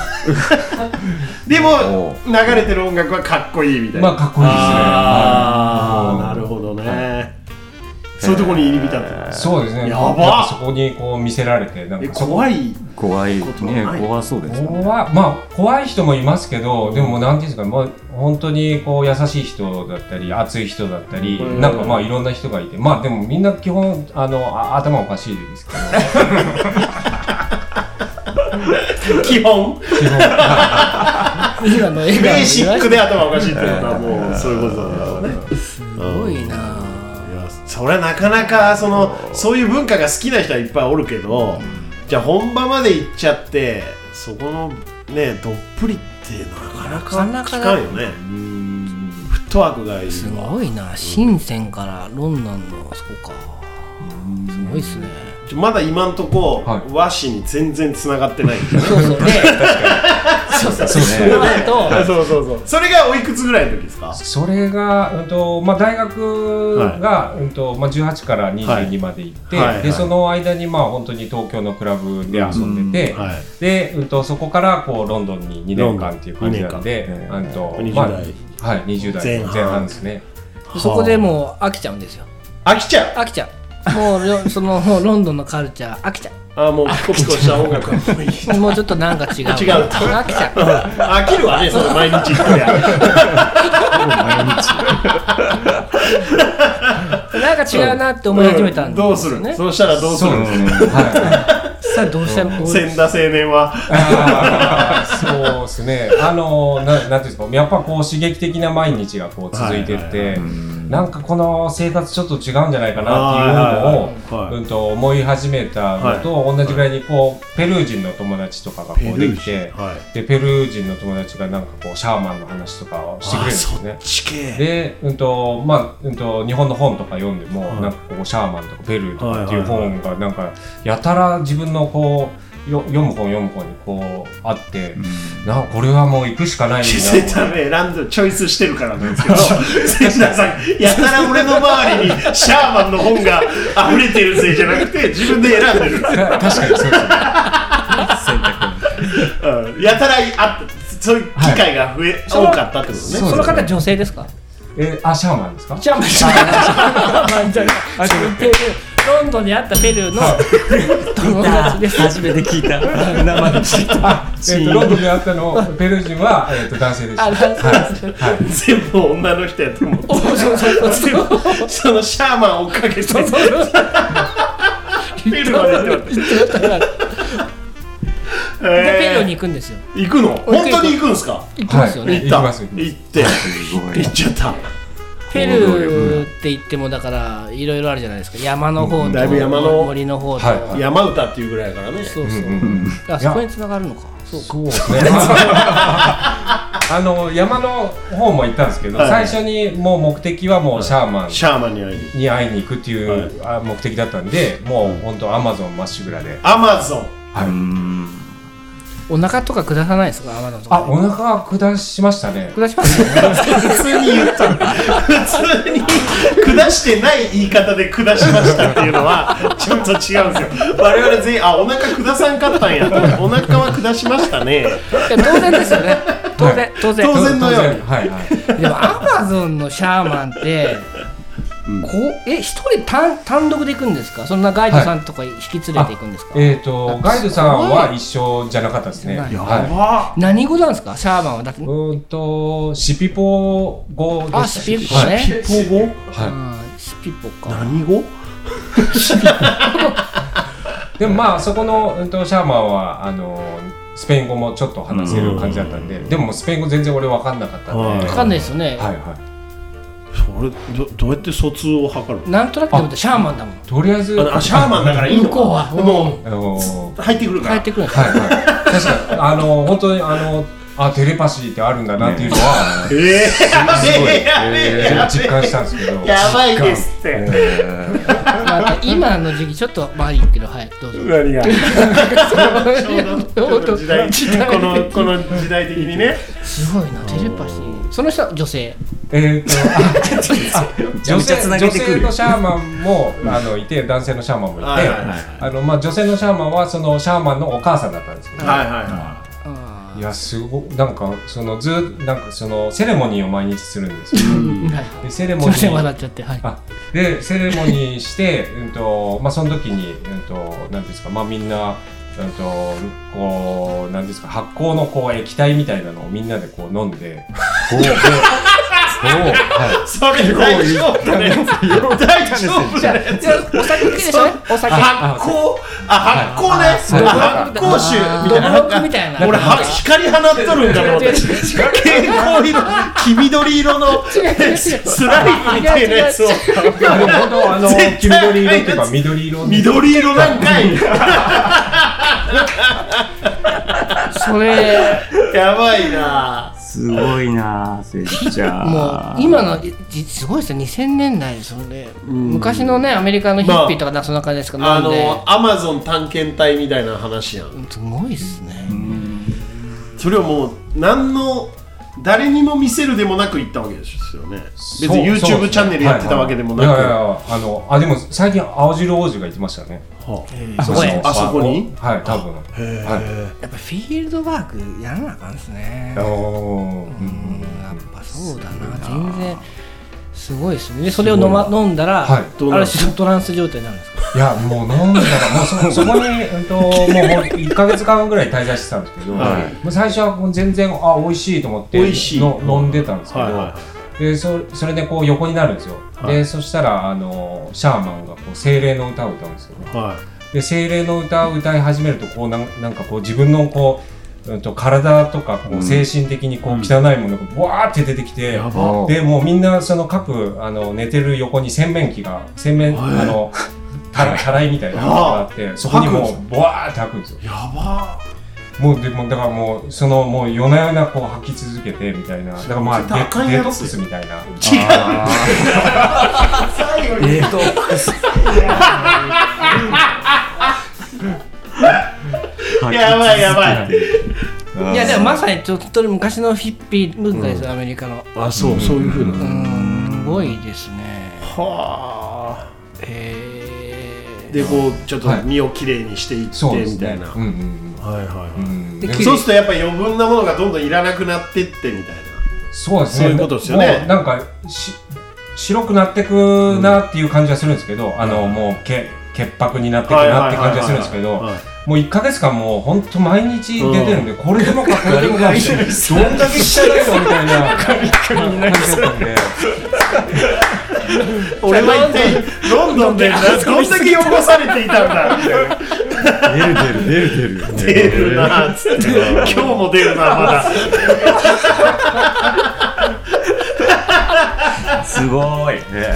Speaker 1: でも流れてる音楽はかっこいいみたいな
Speaker 5: まあかっこいいですね。
Speaker 1: ああ
Speaker 5: は
Speaker 1: ないるほどね
Speaker 6: い。
Speaker 1: そういうところに入り浸って
Speaker 5: そうですね
Speaker 1: やばっ
Speaker 5: なんかそこにこう見せられてなん
Speaker 1: え
Speaker 5: かそこ
Speaker 1: 怖い
Speaker 6: 怖い
Speaker 1: こと
Speaker 6: ね
Speaker 1: ない
Speaker 6: 怖そうですよね
Speaker 5: 怖いまあ怖い人もいますけど、でもなんていうんですかもう本当にこう優しい人だったり熱い人だったり、
Speaker 1: うん
Speaker 5: なんかまあいろんな人がいてまあでもみんな基本あのあ頭おかしいですけど
Speaker 1: 基本ベ
Speaker 2: 今の笑顔
Speaker 5: 基本
Speaker 1: ーシックで頭おかしいってことはもうそういうことだろうね
Speaker 2: すごいない
Speaker 1: やそれはなかなかそのそういう文化が好きな人はいっぱいおるけどじゃあ本場まで行っちゃってそこのねどっぷりってなかな
Speaker 2: な
Speaker 1: か
Speaker 2: か
Speaker 1: 聞
Speaker 2: な
Speaker 1: か
Speaker 2: か
Speaker 1: んよねフットワークがいい
Speaker 2: す
Speaker 1: わ
Speaker 2: ごいな深センからロンドンのそこかすごいっす ね
Speaker 1: ちょまだ今んとこ、
Speaker 5: はい
Speaker 1: 和紙に全然つながってないんだよね
Speaker 2: そうそうねそうそうそう
Speaker 6: ね
Speaker 2: その後
Speaker 1: そうそうそう それがおいくつぐらいの時ですか
Speaker 5: それが、うんとまあ、大学が、うんとまあ、18から
Speaker 1: はい
Speaker 5: 22まで行って、
Speaker 1: はいはい
Speaker 5: でその間にまあ本当に東京のクラブで遊んでて、
Speaker 1: はい
Speaker 5: で、うん、とそこからこうロンドンに2年間っていう感じなんで、うんと
Speaker 1: 20
Speaker 5: まあ
Speaker 1: 代
Speaker 5: はい、20代
Speaker 1: 前
Speaker 5: の
Speaker 1: 半
Speaker 5: 前半ですね。
Speaker 2: そこでもう飽きちゃうんですよ
Speaker 1: 飽きちゃう
Speaker 2: 飽きちゃうもう ロそのもうロンドンのカルチャー飽きちゃ
Speaker 1: あもうピコピコした 音楽はもういい
Speaker 2: うもうちょっとなんか違う
Speaker 1: 違う
Speaker 2: 飽きちゃう
Speaker 1: 飽きるわねその毎日行ってりゃ
Speaker 2: なんか違うなって思い始めたんですよ
Speaker 1: どう
Speaker 2: ね
Speaker 1: するそうしたらどうする
Speaker 5: そうですね。はい。
Speaker 2: さあどうしたらどう
Speaker 1: 千田青年は
Speaker 5: あー そうですね。あのななんていうんですか、やっぱこう刺激的な毎日がこう続いて
Speaker 1: はい
Speaker 5: っ
Speaker 1: はい
Speaker 5: て、なんかこの生活ちょっと違うんじゃないかなっていう
Speaker 1: はいはいはい
Speaker 5: の
Speaker 1: はい
Speaker 5: をうんと思い始めたのと同じぐらいにこうペルー人の友達とかがこうできて、
Speaker 1: はい
Speaker 5: でペルー人の友達がなんかこうシャーマンの話とかをしてくれるんですね。
Speaker 1: 地形
Speaker 5: で、うんとまあうん、と日本の本とか読んでも、
Speaker 1: はい
Speaker 5: なんかこうシャーマンとかペルーとかっていう
Speaker 1: はいはいはい
Speaker 5: 本がなんかやたら自分のこうよ読む本読む本にこうあって、なこれはもう行くしかない
Speaker 1: 気
Speaker 5: な
Speaker 1: づいたね選んでチョイスしてるからなんですけど千田さんやたら俺の周りにシャーマンの本が溢れてるせいじゃなくて自分で選んでる、
Speaker 5: た確かにそうですね
Speaker 1: うん、やたらあそういう機会が増え、
Speaker 2: その
Speaker 1: 多かったってことね
Speaker 5: そう
Speaker 2: その方女性ですか
Speaker 5: えあシャーマンですか
Speaker 2: じゃあまあじゃあまあじゃあペルーロンドンにあったペルーの友達です
Speaker 6: 初めて聞いた生で知った
Speaker 5: あ、えー、とロンドンで会ったのペルー人は、えー、と男性でした
Speaker 2: あ
Speaker 5: はい
Speaker 2: 男
Speaker 5: はい
Speaker 1: 全部女の人やと思って
Speaker 2: そうそうそうそう
Speaker 1: 全部そのシャーマンを追っかけてペルーまで行ってもらって
Speaker 2: でペ
Speaker 1: え
Speaker 2: ルー
Speaker 1: ー
Speaker 2: に行くんですよ
Speaker 1: 行くの本当に行くんですか
Speaker 2: 行きますよね、
Speaker 5: はい
Speaker 1: 行った
Speaker 5: 行きます
Speaker 1: 行って行っちゃった
Speaker 2: ペルーって言ってもだからいろいろあるじゃないですか山の方と
Speaker 1: だいぶ山の
Speaker 2: 森の方と、
Speaker 5: はいはい
Speaker 1: 山歌っていうぐらいやからね
Speaker 2: そうそう、あそこに繋がるのかそうか
Speaker 5: そうですね。 あの山の方も行ったんですけど、
Speaker 1: はいはい
Speaker 5: 最初にもう目的はもうシャーマン
Speaker 1: シャーマンに会いに
Speaker 5: に会いに行くっていうあ目的だったんで、もう本当アマゾンまっしぐらで。
Speaker 1: アマゾン
Speaker 2: お腹とか下さないですか天野と
Speaker 5: あ、
Speaker 2: か
Speaker 5: お腹は下しましたね。
Speaker 2: 下しますよね
Speaker 1: 普通に言ったの普通に下してない言い方で下しましたっていうのはちょっと違うんですよ我々全員あお腹下さんかったんやとお腹は下しましたね
Speaker 2: いや当然ですよ ね当然当然
Speaker 1: 当然のように
Speaker 5: はいはい。
Speaker 2: でもアマゾンのシャーマンって、こうえ一人単単独で行くんですかそんなガイドさんとか引き連れて行くんですか、
Speaker 5: えっ、とガイドさんは一緒じゃなかったですね。
Speaker 2: やばい
Speaker 1: あ
Speaker 5: は
Speaker 2: 何語なんですかシャーマンはだって
Speaker 5: い。うーんとシピポ語でした。
Speaker 2: あシピポね、
Speaker 1: ピッポ語
Speaker 5: はい。
Speaker 2: うんシピポか
Speaker 1: 何語
Speaker 5: でもまあそこの、うん、とシャーマンはあのスペイン語もちょっと話せる感じだったんで、でもスペイン語全然俺分かんなかったんで、
Speaker 1: はい
Speaker 2: わかんないですよね、
Speaker 5: はいはい
Speaker 1: それどどうやって疎通を図る
Speaker 2: なんとなくでもシャーマンだもん
Speaker 5: とりあえず
Speaker 1: あシャーマンだからいいの
Speaker 2: 向こうは
Speaker 1: かも
Speaker 5: あのー
Speaker 1: う入ってくるか
Speaker 2: 帰
Speaker 1: ら
Speaker 2: ってくるんです
Speaker 5: はいはい確かにあの本当にあのあテレパシーってあるんだなっていうのは、
Speaker 1: えー、やべえやべえ
Speaker 5: えー
Speaker 1: やべ
Speaker 5: 実感したんですけど
Speaker 1: えやばいですって、
Speaker 2: まあ、今の時期ちょっとまあいいけどはいどうぞ
Speaker 1: 何がちょうど時代
Speaker 2: 時代
Speaker 1: このこの時代的にね
Speaker 2: すごいなテレパシーその人は女性
Speaker 5: えーとああ女性
Speaker 6: 繋げ
Speaker 5: 女
Speaker 6: てくる
Speaker 5: 性のシャーマンもあのいて男性のシャーマンもいて、
Speaker 1: はいはいはい
Speaker 5: あのまあ、女性のシャーマンはそのシャーマンのお母さんだったんですけど、
Speaker 1: はいはいは
Speaker 2: あ
Speaker 5: いやすごなんかそのずなんかそのセレモニーを毎日するんですよ。
Speaker 7: はい
Speaker 5: でセレ
Speaker 7: すい
Speaker 5: モニ
Speaker 7: ません
Speaker 5: ー
Speaker 7: 笑っちゃってはい
Speaker 5: あでセレモニーして、 うんとまあ、その時に、うんとなんていうんですかまあ、みんな、うん、とこうなんていうんですか発酵のこう液体みたいなのをみんなでこう飲んでこうこうこうはい
Speaker 1: それ大丈夫だね大丈夫だね
Speaker 7: じゃあお酒好きでしょお酒
Speaker 1: 発酵あ発酵ねあ
Speaker 5: はい
Speaker 1: 発酵酒みたいな
Speaker 7: ドブロックみたいな
Speaker 1: 俺は光放っとるんだろう私蛍光色黄緑色のスライムみたいなやつを
Speaker 5: あでも本当あの
Speaker 1: 絶
Speaker 5: 黄
Speaker 1: 対
Speaker 5: 緑色っていうか緑色の
Speaker 1: 緑色なんかい
Speaker 7: それ
Speaker 1: やばいな
Speaker 6: すごいなあせっちゃん
Speaker 7: もう今のじすごいですよ2000年代それ昔のねアメリカのヒッピーとかなそんな感じですか
Speaker 1: あ
Speaker 7: なんで
Speaker 1: のアマゾン探検隊みたいな話やん
Speaker 7: すごいっすね
Speaker 1: それをもう何の誰にも見せるでもなく行ったわけですよね別に
Speaker 5: そうそう
Speaker 1: YouTube チャンネルやってたわけでもなく、
Speaker 5: はいはいいやいやいやあのあでも最近青白王子が言ってましたね
Speaker 1: は
Speaker 5: あ
Speaker 7: そこへ
Speaker 1: あそこに
Speaker 5: はい多分
Speaker 1: へ
Speaker 2: やっぱフィールドワークやらなあかんですね
Speaker 5: あのー
Speaker 2: うんやっぱそうだな
Speaker 7: 全然すごいですねでそれを飲,、ま、飲んだら、
Speaker 5: はい
Speaker 1: どう
Speaker 7: あ
Speaker 1: なる
Speaker 7: る種のトランス状態になるんですか
Speaker 5: いやもう飲んだらもう そそこに、うんと、もう1か月間ぐらい滞在してたんですけど、
Speaker 1: はい
Speaker 5: もう最初はもう全然あ美味しいと思って
Speaker 1: 美味しい
Speaker 5: の飲んでたんですけど、
Speaker 1: はいはいは
Speaker 5: でそそれでこう横になるんですよ、
Speaker 1: はい
Speaker 5: でそしたらあのシャーマンがこう精霊の歌を歌うんですよね
Speaker 1: いは
Speaker 5: で精霊の歌を歌い始めるとこうなんなんかこう自分のこう、うん、と体とかこう精神的にこう汚いものがブワーって出てきて、
Speaker 1: やば
Speaker 5: でもうみんなその各あの寝てる横に洗面器が洗面
Speaker 1: はい
Speaker 5: あの たらたらいみたいなのがあってそこにも
Speaker 1: 吐く
Speaker 5: うブワーって吐くんですよ
Speaker 1: いやば
Speaker 5: もうでもだからもうそのもう夜な夜なこう吐き続けてみたいなだからまあデ
Speaker 1: 絶対あかん
Speaker 5: デ
Speaker 1: やつ
Speaker 5: トックスみたいな
Speaker 6: えっと
Speaker 1: やばいやばい
Speaker 7: いやでもまさにちょっと昔のヒッピー文化ですよ、アメリカの
Speaker 1: あそう、そういうふうな
Speaker 7: うんすごいですね
Speaker 1: は
Speaker 7: へ
Speaker 1: あでこうちょっと
Speaker 5: はい
Speaker 1: 身をきれいにしていって
Speaker 5: そうです
Speaker 1: みたいな、
Speaker 5: うんうん
Speaker 1: はいはいは
Speaker 5: う
Speaker 1: い、
Speaker 5: んうん
Speaker 7: で
Speaker 5: で
Speaker 7: き
Speaker 1: そうするとやっぱ余分なものがどんどんいらなくなってってみたい
Speaker 5: そうですね
Speaker 1: そういうことですよね
Speaker 5: もうなんかし白くなってくなっていう感じはするんですけど、あのもうけ潔白になってく
Speaker 1: な
Speaker 5: なって感じはするんですけど
Speaker 1: はいはい
Speaker 5: もう1か月間もう本当毎日出てるんで、これでもかこれでもかみ たいなどんだけ汚いのみたいな感じだったんで
Speaker 1: 俺は一体ロンドンでなどんだけ汚されていたんだみたいな
Speaker 6: 出る出る出る出
Speaker 1: 出るなっつって今日も出るなまだ
Speaker 6: すごいね
Speaker 7: え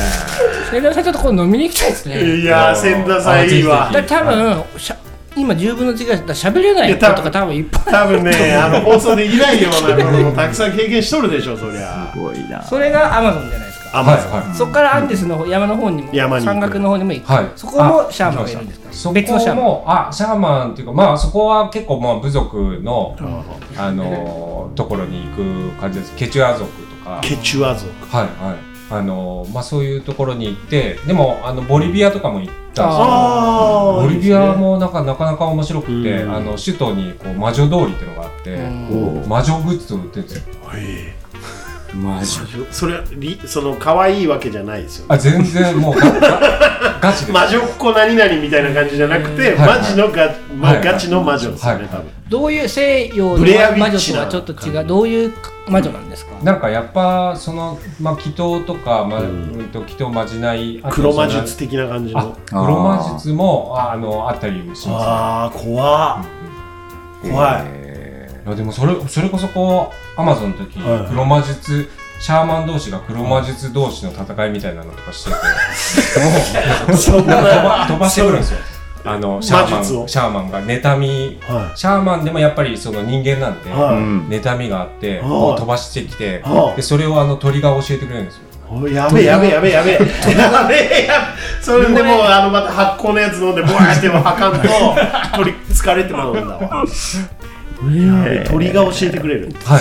Speaker 7: 千田さんちょっとこれ飲みに行きたいですね
Speaker 1: いやー千田さんいいわ
Speaker 5: あ
Speaker 7: だから多分しゃ今10分の1ぐらいだったら喋れないこととか多分いっぱい
Speaker 1: 多分ねあの放送できないようなものもたくさん経験しとるでしょそりゃ
Speaker 6: すごいな
Speaker 7: それがアマゾンじゃないですか
Speaker 1: あ
Speaker 5: は
Speaker 1: ま
Speaker 5: い
Speaker 1: ず
Speaker 5: は
Speaker 7: そこからアンデスの方山の方にも
Speaker 1: 山に行く
Speaker 7: 山岳の方にも行く、
Speaker 5: はい
Speaker 7: そこもシャーマンがいるんですか
Speaker 5: いそこ
Speaker 7: 別のシャーマン
Speaker 5: もあシャーマンっていうかまあそこは結構まあ部族の、あのところに行く感じですケチュア族とか
Speaker 1: ケチュア族
Speaker 5: はいはいあのまあ、そういうところに行ってでもあのボリビアとかも行ったんですよ
Speaker 1: あー
Speaker 5: ボリビアもなんかなかなか面白くて、
Speaker 1: うん
Speaker 5: あの首都にこう魔女通りっていうのがあって、魔女グッズを売ってるんですよ
Speaker 1: へ
Speaker 6: マジ
Speaker 1: えそれりその可愛いわけじゃないですよね
Speaker 5: あ全然もうガガガチです
Speaker 1: 魔女っ子何々みたいな感じじゃなくて、
Speaker 5: はい
Speaker 1: マジのガ,、まあ
Speaker 5: はい
Speaker 1: ガチの魔女ですよね、
Speaker 5: はい
Speaker 1: 多分
Speaker 7: どういう西洋
Speaker 1: ブレアウ
Speaker 7: の
Speaker 1: ィ
Speaker 7: 魔
Speaker 1: ッ
Speaker 7: 女
Speaker 1: チ
Speaker 7: と
Speaker 1: な
Speaker 7: はちょっと違うどういう魔女なんですか、
Speaker 5: なんかやっぱその、まあ、祈祷とか、まあ
Speaker 1: ん
Speaker 5: うんと祈祷まじないあと
Speaker 1: 黒魔
Speaker 5: その
Speaker 1: 術的な感じ
Speaker 5: あ
Speaker 1: の
Speaker 5: 黒魔術もああのあったりもしま
Speaker 1: ああ怖っ怖い、
Speaker 5: すねいやでもそれそれこそこうアマゾンの時、
Speaker 1: はい
Speaker 5: 黒魔術シャーマン同士が黒魔術同士の戦いみたいなのと かしてて、もう
Speaker 1: そんな
Speaker 5: 飛ば飛ばしてくるんですよ。あのシャーマ
Speaker 1: 魔術を
Speaker 5: ンシャーマンが妬み、
Speaker 1: は
Speaker 5: シャーマンでもやっぱりその人間なんで、
Speaker 1: はい
Speaker 6: うん
Speaker 5: 妬みがあって、
Speaker 1: はい
Speaker 5: もう飛ばしてきて、
Speaker 1: はい
Speaker 5: でそれをあの鳥が教えてくれるんですよ。
Speaker 1: おいやべえやべえやべえやべえやべえやべえそれでもうあのまた発酵のやつ飲んでボワーっても吐かんと取りつかれてまうんだわ鳥が教えてくれる
Speaker 5: はい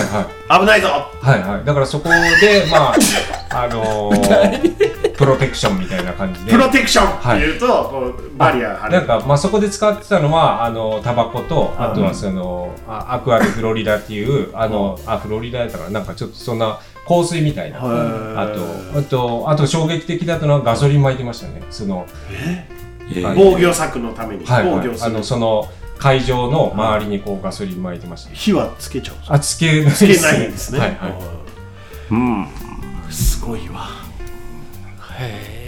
Speaker 5: はい
Speaker 1: 危ないぞ
Speaker 5: はいはい。だからそこで、まあ、あ のー、プロテクションみたいな感じで。
Speaker 1: プロテクションって言うと、こうバリア張
Speaker 5: なん
Speaker 1: る
Speaker 5: か、まあ、そこで使ってたのは、あの、タバコと、あとはその、あアクアルフロリダっていう、あの、あ、フロリダだったから、なんかちょっとそんな香水みたいな。あと、あと、あと衝撃的だったのはガソリン巻いてましたね。その、はい
Speaker 1: 防御策のために、
Speaker 5: はい、
Speaker 1: 防
Speaker 5: は
Speaker 1: 御
Speaker 5: い。
Speaker 1: す
Speaker 5: あ
Speaker 1: る
Speaker 5: の、その、会場の周りにこうガソリン巻いてました。
Speaker 1: 火はつけちゃうんですか
Speaker 5: あ、つけない
Speaker 1: つけないんですね
Speaker 5: はいはい。
Speaker 1: うんすごいわ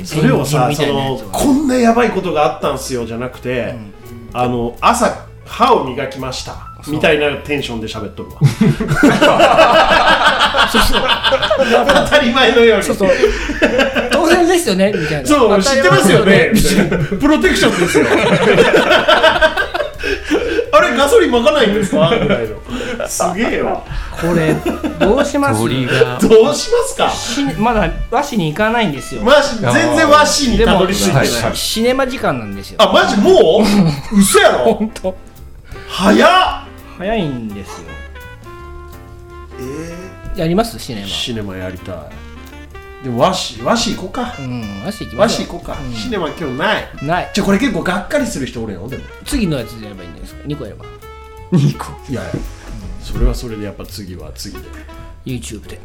Speaker 1: それをさ
Speaker 7: エン
Speaker 1: そ
Speaker 7: ジンみたいなやつ
Speaker 1: の
Speaker 7: が
Speaker 1: こんなやばいことがあったんすよじゃなくて、あの朝歯を磨きましたみたいなテンションで喋っ とるわ 当たり前のように
Speaker 7: そう当然ですよねみたいな
Speaker 1: そう、知ってますよね。みたいな プロテクションですよ。あれ、ガソリン巻かないんですかみたいな。すげえわ。
Speaker 2: これどうします
Speaker 6: 鳥が
Speaker 1: どうしますか
Speaker 2: しまだ和紙に行かないんですよ
Speaker 1: マジ、全然和紙にたどり着いてない
Speaker 5: で。もはい
Speaker 2: シネマ時間なんですよ
Speaker 1: あ、マジ、もう嘘やろ
Speaker 2: 本当
Speaker 1: 早っ
Speaker 2: 早いんですよ
Speaker 7: やりますシネマ
Speaker 1: シネマやりたい。でも和紙、和紙行こうか。
Speaker 7: うん足いきま
Speaker 1: 和
Speaker 7: し
Speaker 1: 紙
Speaker 7: ょ
Speaker 1: 行こうか。シネマ今日ない。
Speaker 7: うない
Speaker 1: ちょ、これ結構がっかりする人おるよ、でも。
Speaker 7: 次のやつでやればいいんじゃないですか2個やれば
Speaker 1: いやいや、それはそれでやっぱ次は次で。
Speaker 7: YouTube で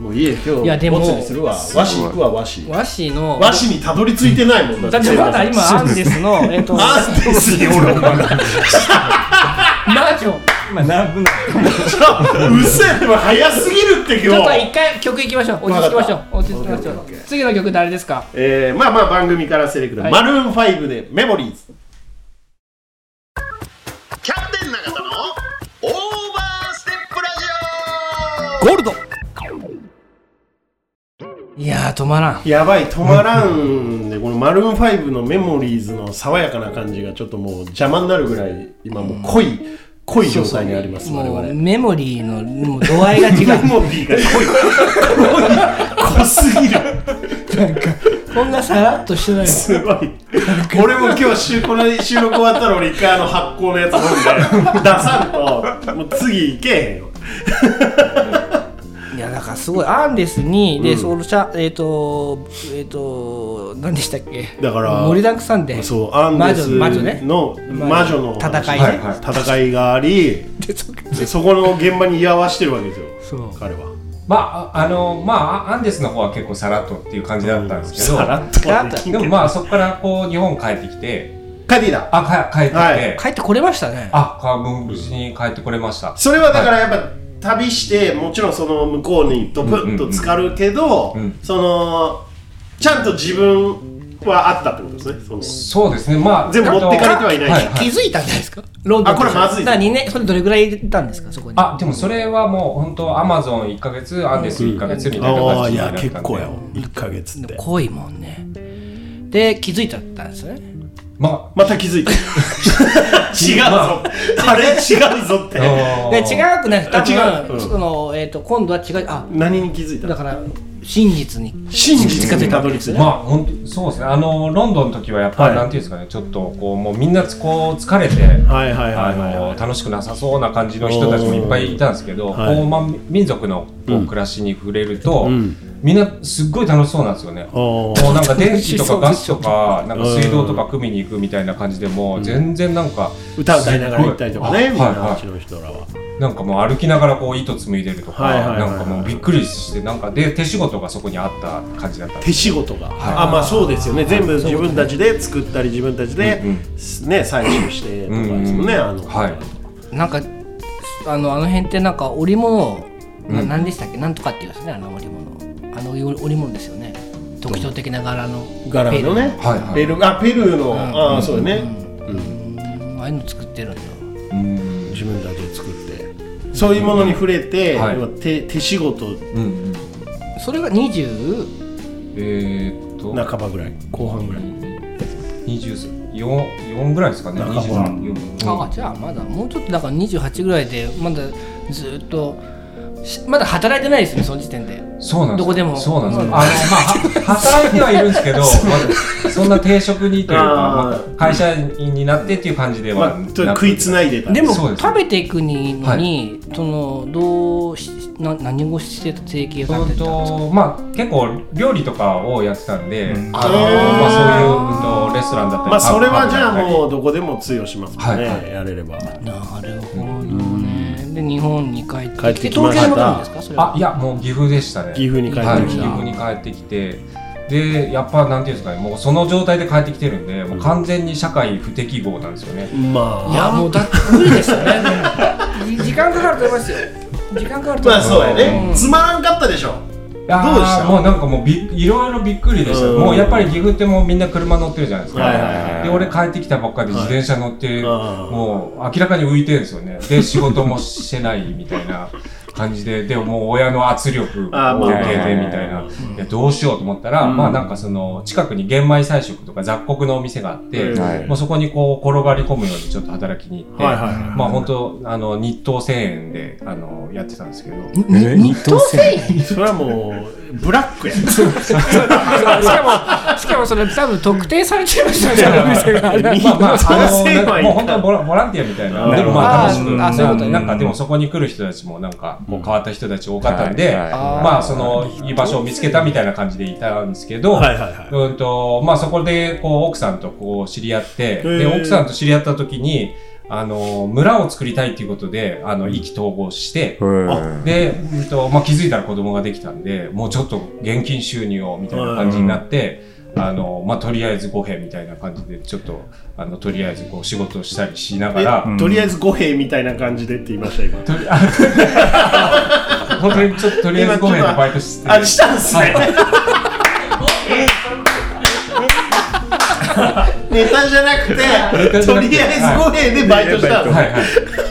Speaker 1: もう家今
Speaker 7: いやで
Speaker 1: 日
Speaker 7: も
Speaker 1: ボツにするわ。和紙行くわ、和紙。
Speaker 7: 和紙の
Speaker 1: 和紙にたどり着いてないもんだ
Speaker 2: だってま だ今アンデスのえっと
Speaker 1: アンデスにおるお前
Speaker 7: マジョン
Speaker 1: うっせえでも早すぎるって
Speaker 7: ち
Speaker 1: 今
Speaker 7: ょっと一
Speaker 1: 日
Speaker 7: 回曲いきましょう落ち着きましょう落ち着きましょう次の曲誰ですか
Speaker 1: えー、まあまあ番組からセレクト、
Speaker 7: はい
Speaker 1: マルーン5でメモリーズ
Speaker 3: キャプテン永田のオーバーステップラジオ
Speaker 2: ゴールドいやー止まらん
Speaker 1: やばい止まらんでこのマルーン5のメモリーズの爽やかな感じがちょっともう邪魔になるぐらい今もう濃い濃い状態にあります我
Speaker 2: もう
Speaker 1: 々
Speaker 2: メモリーのもう度合いが
Speaker 1: メ
Speaker 2: 違う
Speaker 1: モリーが濃い濃い濃すぎる
Speaker 2: こんなさらっとしてないの
Speaker 1: すごい 俺も今日収この収録終わったら俺一回あの発酵のやつ飲んで出さんともう次いけへんよ
Speaker 2: いやだからすごいアンデスに、でソウルシャえっ、とえっ、と何でしたっけ
Speaker 1: だから
Speaker 2: 盛りだくさんで
Speaker 1: そうアンデス
Speaker 2: 魔女魔女ね
Speaker 1: の魔女の話
Speaker 2: 戦いね、
Speaker 5: はいはい
Speaker 1: 戦いがあり
Speaker 2: でそ
Speaker 1: でそこの現場に居合わしてるわけですよ
Speaker 2: そう
Speaker 1: 彼は
Speaker 5: まあ、ああの、まあ、アンデスの方は結構さらっとっていう感じだったんですけど、
Speaker 1: さらっと
Speaker 2: さらっと
Speaker 1: 帰
Speaker 5: でもまあそこからこう日本帰ってきて、
Speaker 1: ってきた
Speaker 5: あ、か帰ってきて、
Speaker 1: はい
Speaker 2: 帰ってこれましたね
Speaker 5: あ、か無事に帰ってこれました。
Speaker 1: それはだからやっぱ旅してもちろんその向こうにドプッと浸かるけど
Speaker 5: うんうんうん
Speaker 1: そのちゃんと自分はあったってことですねその
Speaker 5: そうですね、まあ。
Speaker 1: 全部持ってかれてはいない
Speaker 5: はいは
Speaker 7: 気
Speaker 5: い
Speaker 7: づいたんじゃないですかロンドン
Speaker 1: あこれまずい
Speaker 2: だから2年それどれぐらいいたんですかそこに
Speaker 5: あ、でもそれはもう本当アマゾン1ヶ月、アンデス1ヶ月みたいな
Speaker 1: ああ
Speaker 5: 感
Speaker 1: い
Speaker 5: じだっ
Speaker 1: や
Speaker 5: たんで。
Speaker 1: 結構やわ1ヶ月っ
Speaker 2: で
Speaker 1: て
Speaker 2: も濃いもんねで気づいちゃったんですよね
Speaker 5: ま
Speaker 1: また気づいた違うぞあれ違うぞって
Speaker 5: あ、あ
Speaker 2: で
Speaker 5: ー
Speaker 2: 違くないです多
Speaker 1: あ違う
Speaker 2: 分、
Speaker 1: うん
Speaker 2: そのえっ、と今度は違うあ
Speaker 1: 何に気づい
Speaker 2: だ
Speaker 1: た
Speaker 2: から真実に
Speaker 1: 真実にたどり着い
Speaker 5: ま
Speaker 1: た
Speaker 5: あ本当そうですね、あの、ロンドンの時はやっぱ、
Speaker 1: はい
Speaker 5: なんていうんですかね、ちょっとこう、もうみんなつこう疲れて、
Speaker 1: はいはいは
Speaker 5: あ
Speaker 1: いはいはい
Speaker 5: の楽しくなさそうな感じの人たちもいっぱいいたんですけど、
Speaker 1: はい
Speaker 5: こうまあ民族のこう暮らしに触れると、
Speaker 1: ん
Speaker 5: みんなすっごい楽しそうなんですよね。
Speaker 1: おー
Speaker 5: もうなんか電気とかガスとかなんか水道とか組みに行くみたいな感じでも全然なんか
Speaker 1: 歌歌いながら行ったりとかね
Speaker 5: すっ
Speaker 1: みん
Speaker 5: ご
Speaker 1: な
Speaker 5: いはいはい
Speaker 1: あっちの人らは
Speaker 5: なんかもう歩きながらこう糸紡いでるとか、
Speaker 1: はいはいはいはい
Speaker 5: なんかもうびっくりしてなんかで手仕事がそこにあった感じだったんで
Speaker 1: 手仕事があまあそうですよね全部自分たちで作ったり自分たちで
Speaker 5: うんうん
Speaker 1: ね採取してとかですもんね
Speaker 5: うん
Speaker 1: あの
Speaker 5: はい
Speaker 2: なんかあのあの辺ってなんか織物を、な何でしたっけなんとかって言うんですねあの織物あのよ織物ですよね特徴的な柄の
Speaker 1: 柄のね
Speaker 5: はいはい
Speaker 1: ペルーあペルーのああそうだね
Speaker 2: うんああいうの作ってるんだ
Speaker 5: うん
Speaker 1: 自分たちで作ってそういうものに触れて
Speaker 5: はい
Speaker 1: 要は手手仕事
Speaker 5: うんうん
Speaker 2: それが20
Speaker 5: えー、っと
Speaker 1: 半ばぐらい後半ぐらい
Speaker 5: 24ぐらいですかね
Speaker 1: 半ば
Speaker 5: 23 4
Speaker 2: あじゃあまだもうちょっとだから28ぐらいでまだずっとしまだ働いてないですねその時点で
Speaker 5: そうなんで
Speaker 2: ど
Speaker 5: すよ
Speaker 2: こでも
Speaker 5: そうなんですよ。あの
Speaker 2: うん
Speaker 5: まあは働いてはいるんですけ ど、まだそんな定職にというか、
Speaker 1: あ
Speaker 5: まあ会社員になってっていう感じで
Speaker 1: ま
Speaker 5: は
Speaker 1: あ
Speaker 5: なく
Speaker 1: と食いつないでた
Speaker 2: でも
Speaker 5: そうです
Speaker 2: 食べていくにのに、そのどうしな何をして整形され
Speaker 5: うん
Speaker 2: てたんですか
Speaker 5: とまあ結構料理とかをやってたんで、あの
Speaker 1: ー
Speaker 5: まあそういううんとレストランだったり、
Speaker 1: まあそれはじゃあ
Speaker 5: う
Speaker 1: もうどこでも通用しますもんね、
Speaker 5: は
Speaker 1: やれれば
Speaker 2: なるほどね、で日本に帰って
Speaker 1: 帰って
Speaker 2: きて
Speaker 1: きま
Speaker 2: 東
Speaker 1: した
Speaker 2: 京に戻るんですかそれは
Speaker 5: あいやもう岐阜でしたね。
Speaker 1: 岐阜に帰っ
Speaker 5: はい、
Speaker 1: てき
Speaker 5: 岐
Speaker 1: た、
Speaker 5: 阜に帰ってきてでやっぱなんていうんですかねもうその状態で帰ってきてるんでもう完全に社会不適合なんですよね、
Speaker 1: まあ
Speaker 2: いやもうだって無理 ですよねじ時間かかると思いますよ時間かかると
Speaker 1: ま
Speaker 2: 思い
Speaker 1: あ
Speaker 2: ます
Speaker 1: そうやね、
Speaker 2: うん
Speaker 1: つまらんかったでしょ
Speaker 5: いやー
Speaker 1: どうでした
Speaker 5: もうなんかもうびいろいろびっくりでした、
Speaker 1: うん
Speaker 5: もうやっぱり岐阜ってもうみんな車乗ってるじゃないですか、
Speaker 1: はいはいはい
Speaker 5: で俺帰ってきたばっかりで自転車乗って、
Speaker 1: はい
Speaker 5: もう明らかに浮いてるんですよねで仕事もしてないみたいな感じででももう親の圧力を受けてみ
Speaker 1: あーまあ
Speaker 5: たいないやどうしようと思ったら、まあなんかその近くに玄米菜食とか雑穀のお店があって、
Speaker 1: うん
Speaker 5: もうそこにこう転がり込むようにちょっと働きに行って、
Speaker 1: はいはいはい
Speaker 5: まあ本当あの日当1000円であのやってたんですけど。
Speaker 6: え日東線
Speaker 1: それはもうブラックや
Speaker 2: しかもしかもそれ多分特定されちゃいましたねお店が
Speaker 5: まあま あ、
Speaker 1: そんな
Speaker 5: あの
Speaker 1: 成敗
Speaker 5: もう本当にボラボランティアみたい
Speaker 1: あー
Speaker 5: な、でもまあ楽しく、
Speaker 2: あーそういうことね
Speaker 5: なんかでもそこに来る人たちもなんかもう変わった人たち多かったんで、
Speaker 6: はいはい
Speaker 5: まあその居場所を見つけたみたいな感じでいたんですけど、
Speaker 1: はいはいはい
Speaker 5: うんとまあそこでこう奥さんとこう知り合って、で
Speaker 1: ー
Speaker 5: 奥さんと知り合った時にあの村を作りたいということであの意気投合して。で、うんとまあ、気づいたら子供ができたんでもうちょっと現金収入をみたいな感じになって、あのまあ、とりあえず5平みたいな感じでちょっとあのとりあえずこう仕事をしたりしながら、
Speaker 1: えとりあえず五兵みたいな感じでって言いました今
Speaker 5: とり あ本当にちょっととりあえず5平のバイトして
Speaker 1: あしたんすね ネタじゃなくて
Speaker 5: タじゃ
Speaker 1: と
Speaker 5: なくて
Speaker 1: りあえず五兵でバイトしたんです
Speaker 5: はいはい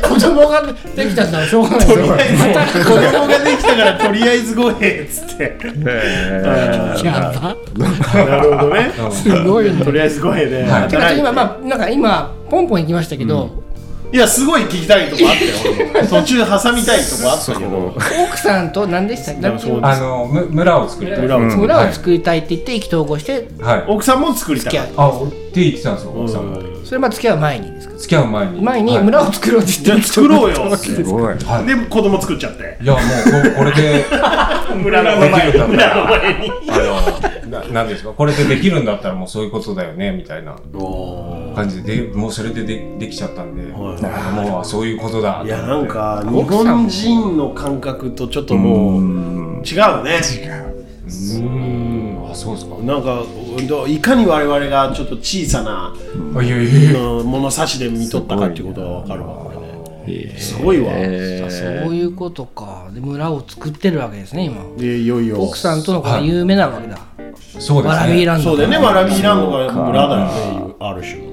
Speaker 2: 子供ができたんだしょうがないです
Speaker 1: と
Speaker 2: よ
Speaker 1: りあえず子供ができたからとりあえず五兵っつって
Speaker 2: やば
Speaker 1: なるほどね
Speaker 2: すごいね
Speaker 1: とりあえず五兵で
Speaker 5: はい
Speaker 2: てか
Speaker 1: 働いて
Speaker 2: 今まあなんか今ポンポン行きましたけど、
Speaker 1: いやすごい聞きたいとこあったよ俺も途中挟みたいとこあったけど
Speaker 2: 奥さんと何でしたっけ
Speaker 1: でもそう
Speaker 5: あのむ村を作りたい。
Speaker 1: 村を作
Speaker 2: 村を作りたいって言って意気投合して
Speaker 5: はい。
Speaker 1: 奥さんも作りた
Speaker 2: 付き
Speaker 1: か
Speaker 2: 合
Speaker 1: っ
Speaker 2: う
Speaker 5: あ、おって言ってたんですよ、奥さんが。
Speaker 1: た
Speaker 2: それまあ付き合う前にですか
Speaker 5: 付き合う前に。
Speaker 2: 前に
Speaker 5: はい
Speaker 2: 村を作ろうって
Speaker 1: じゃ
Speaker 2: 言っ
Speaker 1: あ
Speaker 2: て
Speaker 1: 作ろうよ
Speaker 6: すごい
Speaker 1: で子供作っちゃって
Speaker 5: いや、もう、ここれ で、
Speaker 1: 村の前に村の前に
Speaker 5: あの、ななんですか、これでできるんだったら、もうそういうことだよね、みたいな感じで、でもうそれででできちゃったんで、あのもうそういうことだ。
Speaker 1: いやなんか日本人の感覚とちょっともう違うね
Speaker 5: うーん、あ、そうですか。
Speaker 1: なんかどいかに我々がちょっと小さな
Speaker 5: あ、いやいやいや。
Speaker 1: の物差しで見とったかっていうことが分かるわこれねすごいわで
Speaker 2: そういうことかで村を作ってるわけですね今
Speaker 1: いよいよ
Speaker 2: 奥さんとのこの有名なわけだ、
Speaker 5: そうで
Speaker 2: わら
Speaker 5: す
Speaker 2: び
Speaker 5: ね。
Speaker 2: ラン
Speaker 1: そ
Speaker 2: ド
Speaker 1: うだよねわらびランドが村だよねある種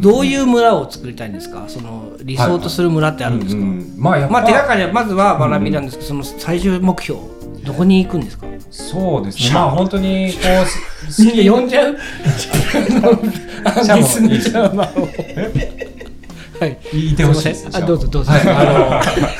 Speaker 2: どういう村を作りたいんですかその理想とする村ってあるんです
Speaker 5: う
Speaker 2: か、
Speaker 5: ん、まあ、やっ
Speaker 2: ま
Speaker 5: ぱ、
Speaker 2: あ手がかりはまずはわらびなんですけど、その最終目標どこに行くんですか
Speaker 5: そうですね。まあ、本当 に、こう、す
Speaker 2: みんな呼んじゃう
Speaker 5: シャモいいですね
Speaker 2: はい
Speaker 5: いてほしいです
Speaker 2: すいませんあどうぞどうぞ
Speaker 5: はい、あの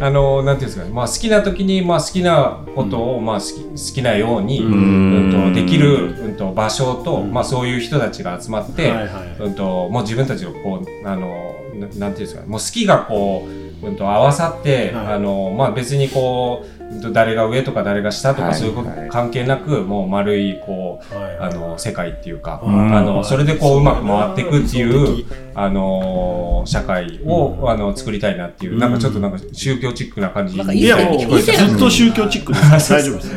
Speaker 5: あのなんていうんですかね、まあ、好きな時に、まあ、好きなことを、まあ、好き好きなように、うんとできる、うん、と場所と、まあ、そういう人たちが集まって、
Speaker 1: はいはい
Speaker 5: うん、ともう自分たちをこうあのななんていうんですかねもう好きがこう、うん、と合わさって、
Speaker 1: はい
Speaker 5: あのまあ、別にこううんと誰が上とか誰が下とか、
Speaker 6: はい
Speaker 5: そういうこと
Speaker 6: はい
Speaker 5: 関係なくもう丸いこう、
Speaker 1: はい
Speaker 5: あの世界っていうか、
Speaker 6: ん
Speaker 5: あのそれでこううまく回っていくっていう、あの社会を、あの作りたいなっていう、なんかちょっとなんか宗教チックな感じ
Speaker 2: なんか
Speaker 5: で
Speaker 1: いやもう
Speaker 2: 以前
Speaker 1: ずっと宗教チックです 大丈夫です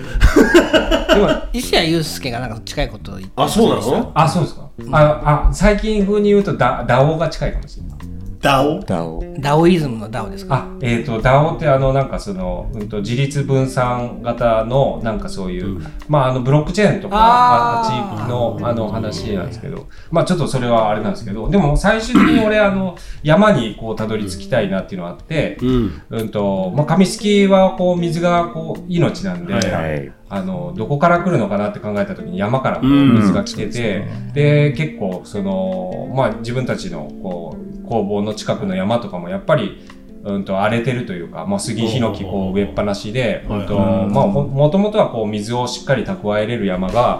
Speaker 2: 伊勢谷友介がなんか近いことを言って
Speaker 1: あそうなの
Speaker 5: あそうですか、ああ最近風に言うとダダオが近いかもしれない
Speaker 1: ダオ
Speaker 6: だを
Speaker 2: ダオイズムのダオですか
Speaker 5: あえっ、とダオってあのなんかその、うん、と自立分散型のなんかそういう、まああのブロックチェーンとか
Speaker 2: あ
Speaker 5: あ
Speaker 2: ー
Speaker 5: 地域のあの話なんですけどまあちょっとそれはあれなんですけどでも最終的に俺あの山にこうたどり着きたいなっていうのがあって、
Speaker 1: うん
Speaker 5: うんとまあ、紙すきはこう水がこう命なんで、
Speaker 6: はい
Speaker 5: あのどこから来るのかなって考えた時に山からこう水が来てて、で結構その、まあ、自分たちのこう工房の近くの山とかもやっぱりうんと荒れてるというか、まあ、杉ヒノキこう植えっぱなしで、
Speaker 1: はい
Speaker 5: うんとまあ、ほんもともとはこう水をしっかり蓄えれる山が、